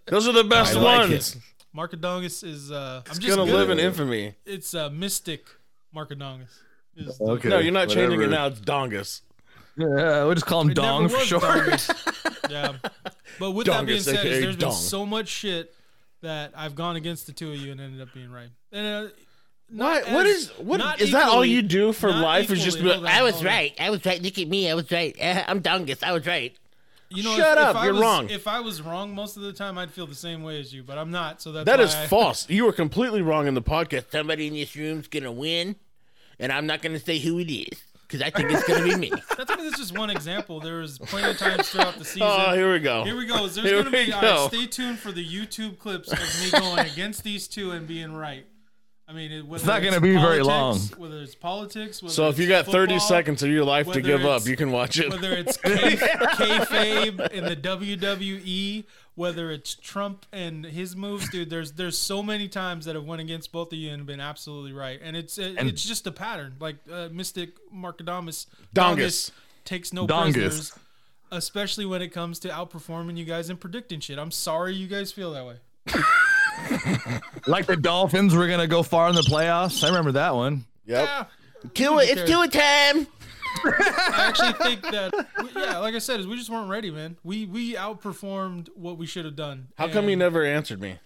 Speaker 4: Those are the best
Speaker 2: I like
Speaker 4: ones.
Speaker 3: Mark Dongus is uh, I'm
Speaker 4: It's
Speaker 3: just
Speaker 4: going to
Speaker 3: good
Speaker 4: live
Speaker 3: at
Speaker 4: in
Speaker 3: it.
Speaker 4: infamy.
Speaker 3: It's uh, Mystic Markadongus. Is the-
Speaker 2: Okay.
Speaker 4: No, you're not changing it
Speaker 2: whatever.
Speaker 4: now. It's Dongus.
Speaker 2: Yeah, we'll just call him
Speaker 3: It
Speaker 2: Dong
Speaker 3: never
Speaker 2: for
Speaker 3: was
Speaker 2: short. *laughs*
Speaker 3: Dongus. yeah. But with that being
Speaker 4: Dongus,
Speaker 3: said,
Speaker 4: aka
Speaker 3: is there's
Speaker 4: Dong.
Speaker 3: been so much shit that I've gone against the two of you and ended up being right. And uh,
Speaker 4: What?
Speaker 3: as-
Speaker 4: what is? What is
Speaker 3: not
Speaker 4: that? All
Speaker 3: equally-
Speaker 4: you do for
Speaker 3: not
Speaker 4: life is just be
Speaker 3: equally.
Speaker 4: like,
Speaker 3: Hold
Speaker 9: I
Speaker 3: on,
Speaker 9: was
Speaker 3: hold on.
Speaker 9: right. I was right. Look at me. I was right. *laughs* Uh, I'm Dongus. I was right.
Speaker 3: You know,
Speaker 4: Shut
Speaker 3: if,
Speaker 4: up,
Speaker 3: If I
Speaker 4: you're
Speaker 3: was,
Speaker 4: wrong.
Speaker 3: If I was wrong most of the time, I'd feel the same way as you. But I'm not, so that's
Speaker 4: That
Speaker 3: why
Speaker 4: is
Speaker 3: I-
Speaker 4: false. You were completely wrong in the podcast.
Speaker 9: Somebody in this room's gonna win, and I'm not gonna say who it is because I think it's gonna
Speaker 3: *laughs*
Speaker 9: be me.
Speaker 3: That's, I mean, that's just one example. There was plenty of times throughout the season.
Speaker 4: *laughs* Oh, here we go.
Speaker 3: Here we go. There's
Speaker 4: Here
Speaker 3: gonna be. uh,
Speaker 4: we
Speaker 3: all
Speaker 4: go.
Speaker 3: right, stay tuned for the YouTube clips of me going against these two and being right. I mean, it, whether it's
Speaker 2: not gonna be very
Speaker 3: politics- Whether it's politics. Whether
Speaker 4: So if
Speaker 3: it's
Speaker 4: you got 30
Speaker 3: football,
Speaker 4: seconds of your life to
Speaker 3: whether
Speaker 4: give up,
Speaker 3: it's-
Speaker 4: you can watch it. *laughs*
Speaker 3: Whether it's K- kayfabe and the WWE, whether it's Trump and his moves, dude. There's there's so many times that I've went against both of you and been absolutely right, and it's it,
Speaker 2: And-
Speaker 3: it's just a pattern. Like uh, Mystic Markadamus
Speaker 4: Dongus.
Speaker 3: takes no
Speaker 2: Dongus.
Speaker 3: prisoners, especially when it comes to outperforming you guys and predicting shit. I'm sorry you guys feel that way.
Speaker 2: Like the Dolphins were gonna go far in the playoffs. I remember that one.
Speaker 4: Yep.
Speaker 3: Yeah.
Speaker 9: Tua, it's Tua time.
Speaker 3: I actually think that we- yeah, like I said, is we just weren't ready, man. We we outperformed what we should have done.
Speaker 4: How come you
Speaker 3: And
Speaker 4: never answered me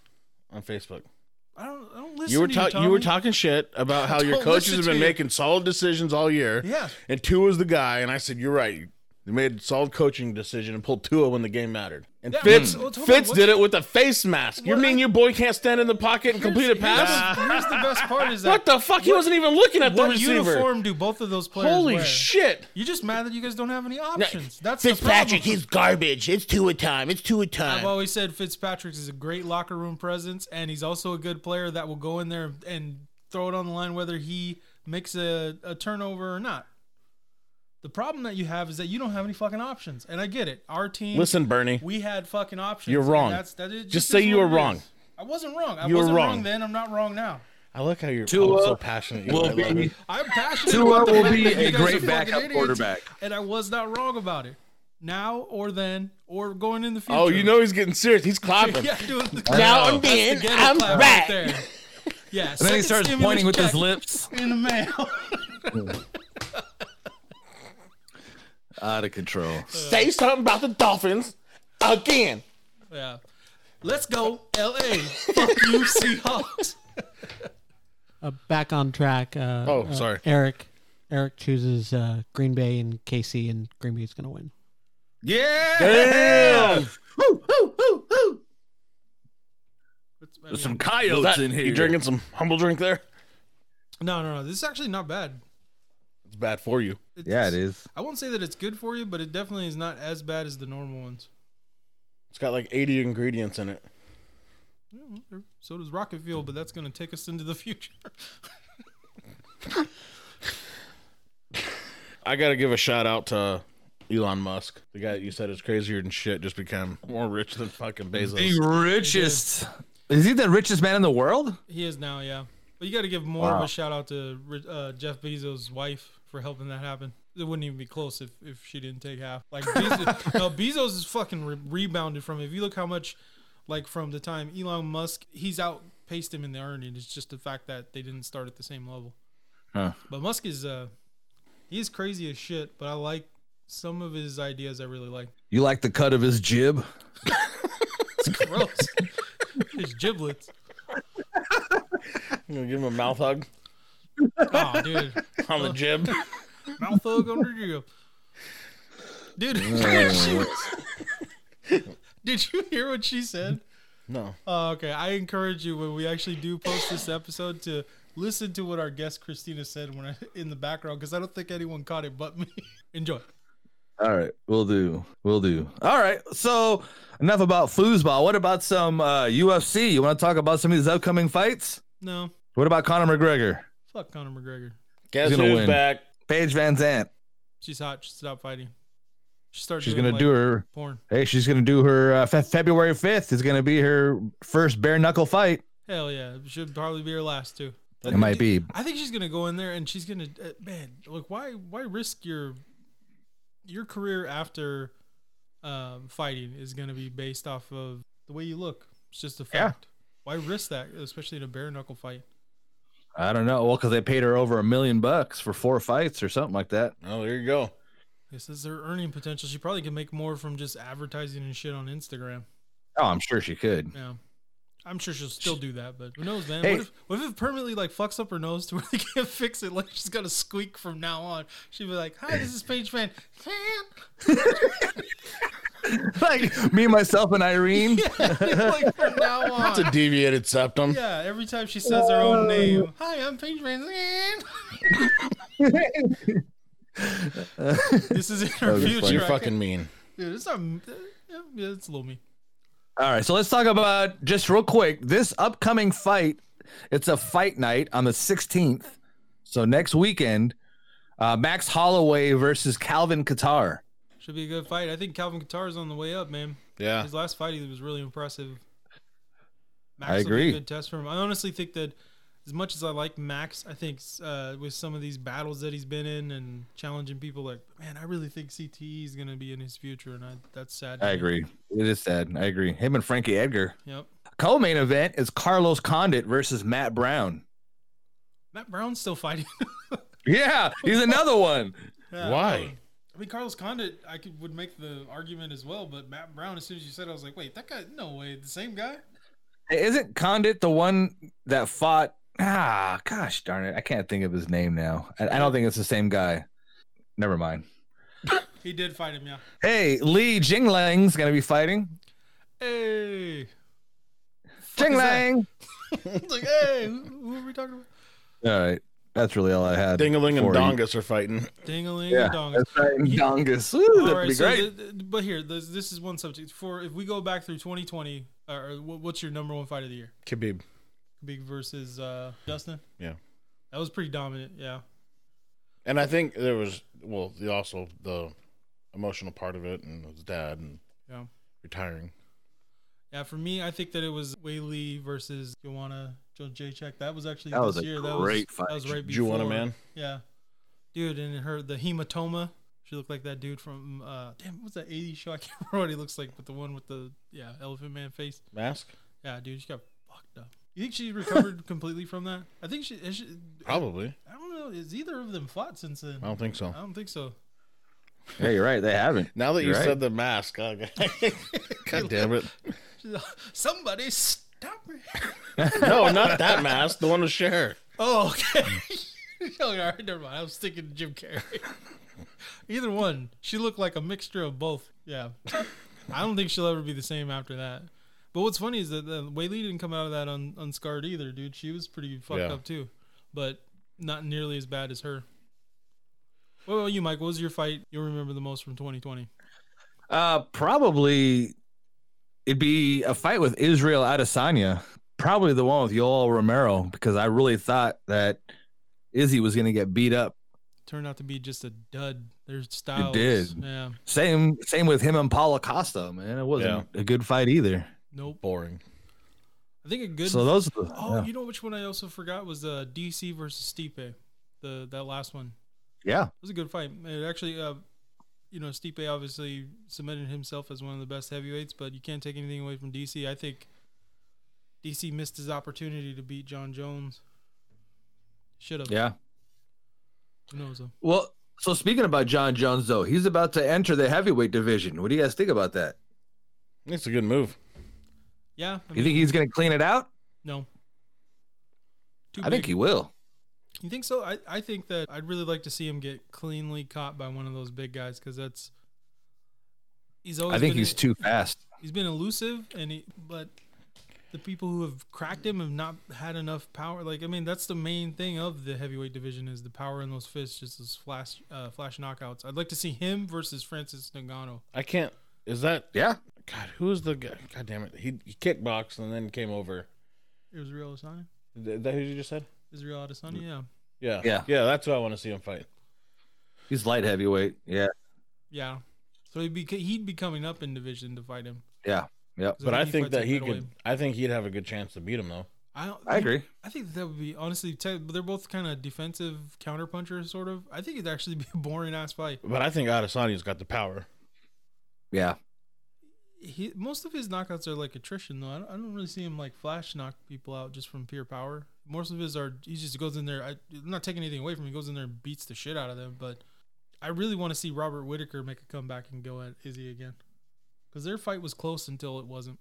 Speaker 4: on Facebook?
Speaker 3: I don't I don't listen.
Speaker 4: You were
Speaker 3: to
Speaker 4: talking. You were
Speaker 3: Tommy.
Speaker 4: talking shit
Speaker 3: *laughs*
Speaker 4: about how your
Speaker 3: Don't
Speaker 4: coaches
Speaker 3: listen
Speaker 4: have
Speaker 3: to
Speaker 4: been
Speaker 3: you.
Speaker 4: making solid decisions all year.
Speaker 3: Yeah.
Speaker 4: And two was the guy, and I said you're right. They made a solid coaching decision and pulled Tua when the game mattered. And
Speaker 3: Yeah,
Speaker 4: Fitz,
Speaker 3: well, let's- let's-
Speaker 4: Fitz
Speaker 3: let's-
Speaker 4: did it with a face mask. you
Speaker 3: Well,
Speaker 4: mean
Speaker 3: I-
Speaker 4: your boy can't stand in the pocket and complete a
Speaker 3: Here's- here's
Speaker 4: pass?
Speaker 3: the- Here's, the best part
Speaker 4: *laughs*
Speaker 3: is that
Speaker 4: What the fuck? He wasn't even looking at the
Speaker 3: what
Speaker 4: receiver.
Speaker 3: uniform do both of those players
Speaker 4: Holy
Speaker 3: wear?
Speaker 4: shit!
Speaker 3: You just mad that you guys don't have any options. That's the
Speaker 9: Fitzpatrick,
Speaker 3: problem.
Speaker 9: he's garbage. It's two a time. It's two a time.
Speaker 3: I've always said Fitzpatrick is a great locker room presence, and he's also a good player that will go in there and throw it on the line whether he makes a, a turnover or not. The problem that you have is that you don't have any fucking options, and I get it. Our team,
Speaker 4: Listen, Bernie,
Speaker 3: we had fucking options.
Speaker 4: You're
Speaker 3: and
Speaker 4: wrong.
Speaker 3: That's, that is,
Speaker 4: Just say
Speaker 3: is
Speaker 4: you
Speaker 3: what
Speaker 4: were
Speaker 3: it is.
Speaker 4: wrong.
Speaker 3: I wasn't wrong. I
Speaker 4: You were
Speaker 3: wasn't wrong.
Speaker 4: wrong.
Speaker 3: then. I'm not wrong now.
Speaker 4: I like how you're
Speaker 2: Tua
Speaker 4: oh, so passionate. You
Speaker 2: will
Speaker 4: I love
Speaker 2: be-
Speaker 4: it.
Speaker 3: I'm passionate.
Speaker 2: Tua
Speaker 3: about the
Speaker 2: will
Speaker 3: fact
Speaker 2: be
Speaker 3: that you
Speaker 2: a
Speaker 3: guys are
Speaker 2: great
Speaker 3: fucking
Speaker 2: backup
Speaker 3: idiots,
Speaker 2: quarterback.
Speaker 3: and I was not wrong about it. Now or then or going in the future.
Speaker 4: Oh, you know he's getting serious. He's
Speaker 3: *laughs*
Speaker 4: clapping.
Speaker 3: yeah, dude. the- *laughs*
Speaker 2: know.
Speaker 9: now
Speaker 3: that's
Speaker 9: and
Speaker 3: the
Speaker 9: then,
Speaker 3: ghetto
Speaker 9: I'm
Speaker 3: clap
Speaker 9: right. *laughs*
Speaker 3: there. Yeah,
Speaker 2: And then he
Speaker 3: second
Speaker 2: starts
Speaker 3: stimulus
Speaker 2: pointing with his
Speaker 3: check
Speaker 2: lips.
Speaker 3: in the mail. *laughs*
Speaker 2: Out of control.
Speaker 4: Say something about the Dolphins again.
Speaker 3: yeah, let's go, L.A. Fuck
Speaker 2: *laughs*
Speaker 3: you, Seahawks.
Speaker 5: Uh, back on track. Uh,
Speaker 4: Oh,
Speaker 5: uh,
Speaker 4: sorry.
Speaker 5: Eric. Eric chooses uh, Green Bay and KC, and Green Bay's going to win.
Speaker 2: Yeah.
Speaker 3: What's- I
Speaker 2: There's
Speaker 3: mean-
Speaker 2: some coyotes
Speaker 4: That-
Speaker 2: in here.
Speaker 4: You drinking some humble drink there?
Speaker 3: no, no, no. This is actually not bad.
Speaker 4: It's bad for you.
Speaker 3: It's,
Speaker 2: Yeah, it is.
Speaker 3: I won't say that it's good for you, but it definitely is not as bad as the normal ones.
Speaker 4: It's got like 80 ingredients in it.
Speaker 3: So does rocket fuel, but that's going to take us into the future.
Speaker 4: I gotta give a shout out to Elon Musk, the guy that you said is crazier than shit, just became more rich than fucking
Speaker 2: The
Speaker 4: Bezos.
Speaker 2: richest. Is he the richest man in the world?
Speaker 3: he is now, yeah. But you got to give more of
Speaker 2: Wow.
Speaker 3: a shout out to uh, Jeff Bezos' wife for helping that happen. It wouldn't even be close if, if she didn't take half.
Speaker 2: *laughs*
Speaker 3: Like Bezos, no, Bezos is fucking re- rebounded from. If you look how much, like from the time Elon Musk, he's outpaced him in the earning. It's just the fact that they didn't start at the same level.
Speaker 2: Huh.
Speaker 3: But Musk is uh, he is crazy as shit. But I like some of his ideas. I really like. *laughs*
Speaker 2: You like the cut of his jib?
Speaker 3: Gross. *laughs* His giblets.
Speaker 4: You gonna give him a mouth hug
Speaker 3: Oh, dude.
Speaker 4: on the jib?
Speaker 3: Mouth hug under you. Dude, *laughs* did you hear what she said?
Speaker 4: No.
Speaker 3: Oh, okay. I encourage you when we actually do post this episode to listen to what our guest Christina said when I, in the background because I don't think anyone caught it but me. *laughs* Enjoy.
Speaker 2: All right, we'll do. We'll do. All right. So enough about foosball. What about some uh, UFC? You want to talk about some of these upcoming fights?
Speaker 3: No,
Speaker 2: What about Conor McGregor?
Speaker 3: fuck Conor McGregor.
Speaker 4: Guess
Speaker 2: He's gonna
Speaker 4: who's
Speaker 2: win.
Speaker 4: back?
Speaker 2: Paige Van Zant.
Speaker 3: She's hot. She stop fighting. She started.
Speaker 2: She's
Speaker 3: doing,
Speaker 2: gonna
Speaker 3: like,
Speaker 2: do her.
Speaker 3: porn.
Speaker 2: Hey, she's gonna do her uh, Fe- February fifth. Is gonna be her first bare knuckle fight.
Speaker 3: Hell yeah. Should probably be her last too.
Speaker 2: It might be.
Speaker 3: I think she's gonna go in there and she's gonna uh, man, like why why risk your your career after um, fighting is gonna be based off of the way you look. It's just a
Speaker 2: Yeah.
Speaker 3: fact. Why risk that, especially in a bare knuckle fight?
Speaker 2: I don't know. Well, because they paid her over a million bucks for four fights or something like that.
Speaker 4: Oh, there you go.
Speaker 3: This is her earning potential. She probably can make more from just advertising and shit on Instagram.
Speaker 2: Oh, I'm sure she could. *laughs*
Speaker 3: Yeah. I'm sure she'll still do that, but who knows, man?
Speaker 2: Hey.
Speaker 3: What, if, what if it permanently like fucks up her nose to where they can't fix it? Like she's gonna squeak from now on. She'd be like, "Hi, this is Paige Fan."
Speaker 2: like me, myself, and Irene. *laughs*
Speaker 3: *laughs* like from now on.
Speaker 4: It's a deviated septum.
Speaker 3: Yeah, every time she says her own name. Hi, I'm Paige Van Zandt." *laughs* this is in her
Speaker 2: was
Speaker 3: future.
Speaker 4: You're
Speaker 3: I
Speaker 4: fucking
Speaker 3: can't-
Speaker 4: mean.
Speaker 3: Dude, it's not. Yeah, yeah, it's a little me.
Speaker 2: All right, so let's talk about just real quick this upcoming fight. It's a fight night on the 16th, so next weekend. Uh, Max Holloway versus Calvin Qatar.
Speaker 3: Should be a good fight. I think Calvin Qatar's on the way up, man. *laughs*
Speaker 4: Yeah.
Speaker 3: His last fight, he was really impressive.
Speaker 2: I
Speaker 3: Max will be
Speaker 2: agree.
Speaker 3: A good test for him. I honestly think that as much as I like Max, I think uh, with some of these battles that he's been in and challenging people, like man, I really think CTE is going to be in his future, and I, that's sad. to
Speaker 2: I
Speaker 3: me.
Speaker 2: agree. It is sad. I agree. Him and Frankie Edgar.
Speaker 3: Yep.
Speaker 2: Co-main event is Carlos Condit versus Matt Brown.
Speaker 3: Matt Brown's still fighting. *laughs*
Speaker 2: Yeah, he's *laughs* another one.
Speaker 3: Yeah,
Speaker 4: Why?
Speaker 3: um, I mean, Carlos Condit, I could, would make the argument as well, but Matt Brown, as soon as you said, it, I was like, wait, that guy, no way, the same guy?
Speaker 2: Isn't Condit the one that fought? Ah, gosh darn it! I can't think of his name now. I, I don't think it's the same guy. Never mind.
Speaker 3: He did fight him, yeah.
Speaker 2: Hey, Lee Jinglang's gonna be fighting.
Speaker 3: Hey. Fuck is that?
Speaker 2: Jinglang.
Speaker 3: It's like, hey, who, who are we talking about?
Speaker 2: All right, that's really all I had.
Speaker 4: Dingaling and
Speaker 2: for you.
Speaker 4: Dongus are fighting.
Speaker 3: Dangling
Speaker 2: Yeah,
Speaker 3: and dongs.
Speaker 2: that's right. and
Speaker 3: You-
Speaker 2: Dongus. Woo,
Speaker 3: All
Speaker 2: that'd
Speaker 3: right,
Speaker 2: be
Speaker 3: so
Speaker 2: great.
Speaker 3: th- th- but here, this, this is one subject. For if we go back through 2020, or or wh- what's your number one fight of the year?
Speaker 4: Khabib.
Speaker 3: Big versus uh, Dustin.
Speaker 4: Yeah.
Speaker 3: that was pretty dominant. Yeah,
Speaker 4: And I think there was well, the, also the emotional part of it, and his dad and
Speaker 3: Yeah.
Speaker 4: retiring.
Speaker 3: yeah. For me, I think that it was Whaley versus Joanna Joe Jacek. That was actually
Speaker 2: That
Speaker 3: this
Speaker 2: was a
Speaker 3: year.
Speaker 2: great
Speaker 3: that was, That
Speaker 2: fight.
Speaker 3: was right before.
Speaker 4: Juana man.
Speaker 3: Yeah, dude, and her the hematoma. She looked like that dude from uh, damn, what's that 80s show? I can't *laughs* remember what he looks like, but the one with the yeah elephant man face.
Speaker 4: Mask?
Speaker 3: Yeah, dude, she got fucked up. You think she
Speaker 4: *laughs*
Speaker 3: recovered completely from that? I think she. Is she
Speaker 4: Probably.
Speaker 3: I don't know. Is either of them fought since then?
Speaker 4: I don't think so.
Speaker 3: I don't think so.
Speaker 2: Yeah, you're right. They haven't.
Speaker 4: Now that you
Speaker 2: You're right.
Speaker 4: said the mask, I- *laughs* God damn it.
Speaker 3: Somebody stop me.
Speaker 4: *laughs* No, not that mask. The one with Cher.
Speaker 3: Oh, okay. *laughs* All right, never mind. I was thinking Jim Carrey. *laughs* Either one. She looked like a mixture of both. Yeah. I don't think she'll ever be the same after that. But what's funny is that uh, Whaley didn't come out of that un- unscarred either, dude. She was pretty fucked
Speaker 4: Yeah.
Speaker 3: up too, but not nearly as bad as her. What about you, Mike? What was your fight you remember the most from 2020?
Speaker 2: Uh, probably it'd be a fight with Israel Adesanya. Probably the one with Yoel Romero because I really thought that Izzy was gonna get beat up.
Speaker 3: Turned out to be just a dud. Their styles.
Speaker 2: did.
Speaker 3: Yeah.
Speaker 2: Same, same with him and Paulo Costa. Man, it wasn't a good fight either.
Speaker 3: Nope.
Speaker 4: Boring.
Speaker 3: I think a good
Speaker 2: So those. are the-
Speaker 3: Oh,
Speaker 2: yeah.
Speaker 3: you know which one I also forgot was uh, DC versus Stipe, the that last one.
Speaker 2: yeah.
Speaker 3: It was a good fight. It actually, uh, you know, Stipe obviously cemented himself as one of the best heavyweights, but you can't take anything away from DC. I think DC missed his opportunity to beat John Jones. Should have.
Speaker 2: Yeah.
Speaker 3: Who knows? Though?
Speaker 2: Well, so speaking about John Jones, though, he's about to enter the heavyweight division. What do you guys think about that?
Speaker 4: It's a good move.
Speaker 3: Yeah. I
Speaker 2: You
Speaker 3: mean,
Speaker 2: think he's going to clean it out?
Speaker 3: no. Too
Speaker 2: I think
Speaker 3: big.
Speaker 2: he will.
Speaker 3: You think so? I, I think that I'd really like to see him get cleanly caught by one of those big guys because that's. Oh, He's always
Speaker 2: I think
Speaker 3: been
Speaker 2: he's
Speaker 3: a-
Speaker 2: too fast.
Speaker 3: he's been elusive and he but the people who have cracked him have not had enough power like i mean that's the main thing of the heavyweight division is the power in those fists just those flash uh, flash knockouts i'd like to see him versus francis ngannou
Speaker 4: I can't. Is that
Speaker 2: Yeah.
Speaker 4: God? Who is the guy? God damn it! He, he kickboxed and then came over.
Speaker 3: israel adesanya
Speaker 4: Is that who you just said?
Speaker 3: israel adesanya yeah
Speaker 4: Yeah,
Speaker 2: Yeah.
Speaker 4: yeah. That's what I want to see him fight.
Speaker 2: He's light heavyweight. Yeah.
Speaker 3: yeah so he'd be he'd be coming up in division to fight him
Speaker 2: Yeah. Yep.
Speaker 3: 'Cause
Speaker 4: But I think
Speaker 3: fights at
Speaker 4: that he
Speaker 3: middleweight.
Speaker 4: could. I think he'd have a good chance to beat him though.
Speaker 3: I, don't,
Speaker 2: I agree.
Speaker 3: I think that would be honestly. Te- they're both kind of defensive counterpunchers, sort of. I think it'd actually be a boring ass fight.
Speaker 4: But I think Adesanya's got the power.
Speaker 2: Yeah.
Speaker 3: he most of his knockouts are like attrition though. I don't, I don't really see him like flash knock people out just from pure power. Most of his are he just goes in there. I, I'm not taking anything away from him. He goes in there and beats the shit out of them. But I really want to see Robert Whitaker make a comeback and go at Izzy again because their fight was close until it wasn't.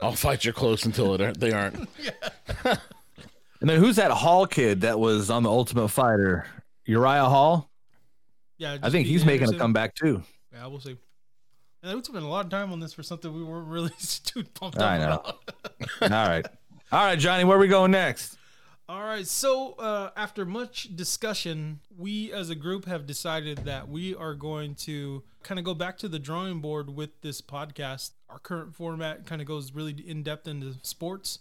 Speaker 4: I'll fight you close until it, they aren't.
Speaker 2: And then who's that Hall kid that was on the Ultimate Fighter? Uriah Hall.
Speaker 3: Yeah,
Speaker 2: I think he's making a comeback too.
Speaker 3: Yeah, we'll see. And we spent a lot of time on this for something we weren't really *laughs* too pumped
Speaker 2: I
Speaker 3: up
Speaker 2: know.
Speaker 3: about.
Speaker 2: All right. All right, Johnny. Where we going next?
Speaker 3: All right. So uh, after much discussion, we as a group have decided that we are going to kind of go back to the drawing board with this podcast. Our current format kind of goes really in depth into sports,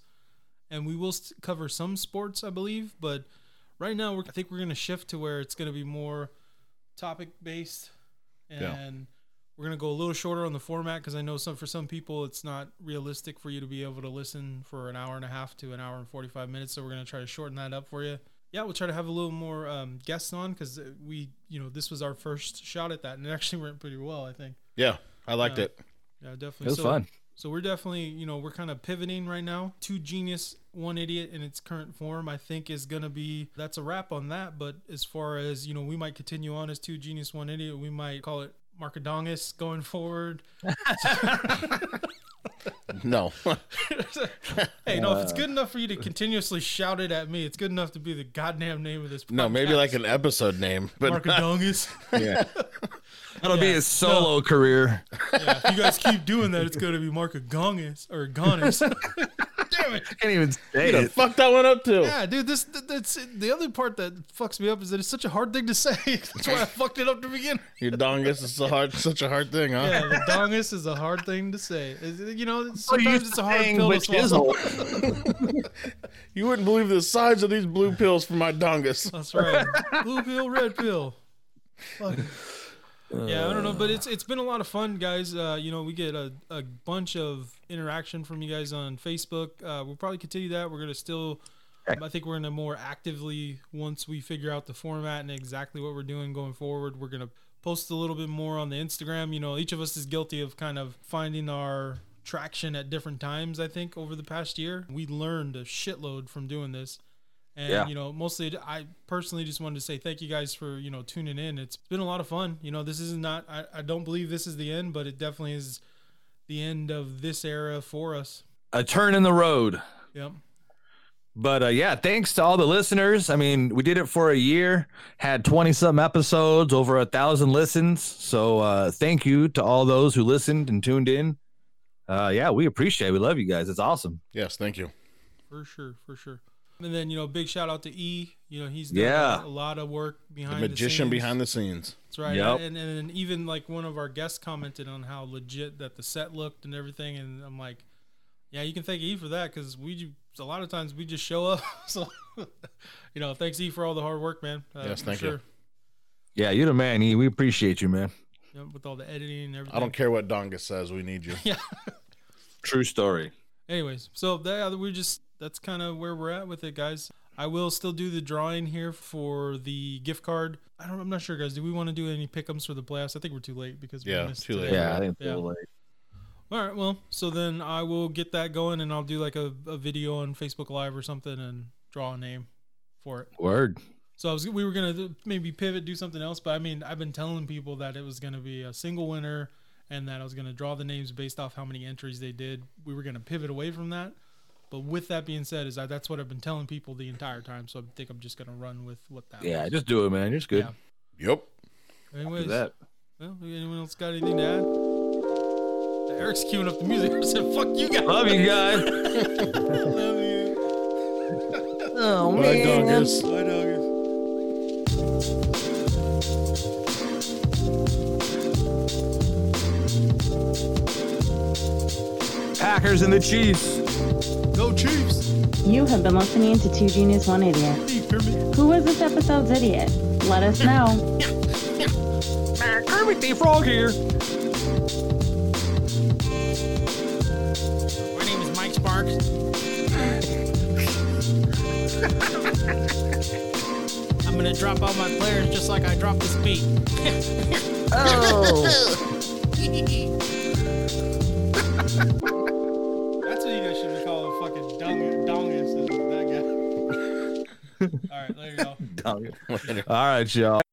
Speaker 3: and we will s cover some sports, I believe. But right now, we're, I think we're going to shift to where it's going to be more topic based, and
Speaker 4: Yeah.
Speaker 3: we're going to go a little shorter on the format because I know some for some people it's not realistic for you to be able to listen for an hour and a half to an hour and 45 minutes. So we're going to try to shorten that up for you. Yeah, we'll try to have a little more um, guests on because we, you know, this was our first shot at that and it actually *laughs* went pretty well, I think.
Speaker 4: *laughs* Yeah, I liked
Speaker 3: Yeah.
Speaker 4: it.
Speaker 3: Yeah,
Speaker 2: It
Speaker 3: definitely.
Speaker 2: was
Speaker 3: so,
Speaker 2: fun.
Speaker 3: So we're definitely, you know, we're kind of pivoting right now. Two genius, one idiot in its current form, I think is gonna be that's a wrap on that. But as far as you know, we might continue on as two genius, one idiot. We might call it Markadongus going *laughs* forward.
Speaker 4: No.
Speaker 3: *laughs* hey, no, if it's good enough for you to continuously shout it at me, it's good enough to be the goddamn name of this. *laughs*
Speaker 4: no, maybe like
Speaker 3: podcast.
Speaker 4: an episode name, but *laughs*
Speaker 3: Markadongus.
Speaker 4: yeah.
Speaker 2: That'll be
Speaker 3: Yeah,
Speaker 2: his solo career.
Speaker 3: *laughs* yeah, if you guys keep doing that, it's going to be Markadongus or *laughs* Gonis. Damn it.
Speaker 2: Can't even say
Speaker 4: Who the
Speaker 2: it.
Speaker 4: fuck that one up to?
Speaker 3: Yeah, dude, this th- that's the other part that fucks me up is that it's such a hard thing to say. *laughs* That's why I fucked it up to begin.
Speaker 4: Your dongus is so hard, such a hard thing, huh?
Speaker 3: *laughs* Yeah, the dongus is a hard thing to say. Is it- You know,
Speaker 2: So you
Speaker 3: sometimes
Speaker 2: used
Speaker 3: it's
Speaker 2: to
Speaker 3: a hard
Speaker 2: saying
Speaker 3: pill to
Speaker 2: which is
Speaker 3: swallow.
Speaker 2: old.
Speaker 4: You wouldn't believe the size of these blue pills for
Speaker 3: *laughs*
Speaker 4: my dongus.
Speaker 3: That's right. Blue pill, red pill. *laughs* Fuck. Yeah, I don't know, but it's it's been a lot of fun, guys. Uh, you know, we get a, a bunch of interaction from you guys on Facebook. Uh, we'll probably continue that. We're gonna still, I think we're gonna more actively once we figure out the format and exactly what we're doing going forward. We're gonna post a little bit more on the Instagram. You know, each of us is guilty of kind of finding our traction at different times. I think over the past year, we learned a shitload from doing this. And
Speaker 2: Yeah.
Speaker 3: you know, mostly I personally just wanted to say thank you guys for you know tuning in. It's been a lot of fun. You know, this is not I, I don't believe this is the end, but it definitely is the end of this era for us.
Speaker 2: *laughs* A turn in the road.
Speaker 3: Yep.
Speaker 2: But uh, yeah, thanks to all the listeners. I mean, we did it for a year, had 20 some episodes, over a thousand listens. So uh, thank you to all those who listened and tuned in. Uh, yeah, we appreciate it. We love you guys. It's awesome.
Speaker 4: Yes, thank you.
Speaker 3: For sure, for sure. And then you know, big shout out to E. You know, he's done
Speaker 2: Yeah.
Speaker 3: a lot of work
Speaker 4: The
Speaker 3: behind the
Speaker 4: magician
Speaker 3: scenes.
Speaker 4: behind the scenes.
Speaker 3: That's right.
Speaker 2: Yep.
Speaker 3: And, and then even like one of our guests commented on how legit that the set looked and everything, and I'm like, yeah, you can thank E for that because we ju- a lot of times we just show up. *laughs* so, you know, thanks E for all the hard work, man. Uh,
Speaker 4: Yes,
Speaker 3: for
Speaker 4: thank you.
Speaker 2: Yeah, you're the man, E. We appreciate you, man.
Speaker 3: Yep, with all the editing and everything.
Speaker 4: I don't care what dongus says,
Speaker 3: *laughs*
Speaker 4: we need you.
Speaker 2: True story.
Speaker 3: Anyways, so that uh, we just that's kind of where we're at with it, guys. I will still do the drawing here for the gift card. I don't. I'm not sure, guys. Do we want to do any pickups for the blast? I think we're too late because we
Speaker 4: Yeah,
Speaker 3: missed
Speaker 4: too late.
Speaker 3: today.
Speaker 2: Yeah, I think
Speaker 3: Yeah. All right. Well, so then I will get that going, and I'll do like a, a video on Facebook Live or something, and draw a name for it.
Speaker 2: word.
Speaker 3: So I was we were gonna do- maybe pivot, do something else, but I mean I've been telling people that it was gonna be a single winner, and that I was gonna draw the names based off how many entries they did. We were gonna pivot away from that, but with that being said, is that that's what I've been telling people the entire time. So I think I'm just gonna run with what that.
Speaker 2: Yeah, just do it, man. You're just good.
Speaker 4: Yep.
Speaker 3: Was.
Speaker 2: Do
Speaker 3: Anyways,
Speaker 2: that.
Speaker 3: well, anyone else got anything to add? Eric's queuing up the music. *laughs* I said, "Fuck you guys."
Speaker 2: Love you guys.
Speaker 3: Love you. Oh,
Speaker 4: Bye, dongus.
Speaker 2: Packers and the *laughs* Chiefs.
Speaker 3: Go Chiefs!
Speaker 1: You have been listening to Two Genius, One Idiot.
Speaker 3: Hey, Kermit.
Speaker 1: Who was this episode's idiot? Let us know.
Speaker 2: Kermit the Frog here.
Speaker 5: My name is Mike Sparks. I'm gonna drop all my players just like I dropped this beat.
Speaker 3: That's what you guys should be calling fucking dung- dongus. Is that guy. All right, there you go.
Speaker 2: All right, y'all.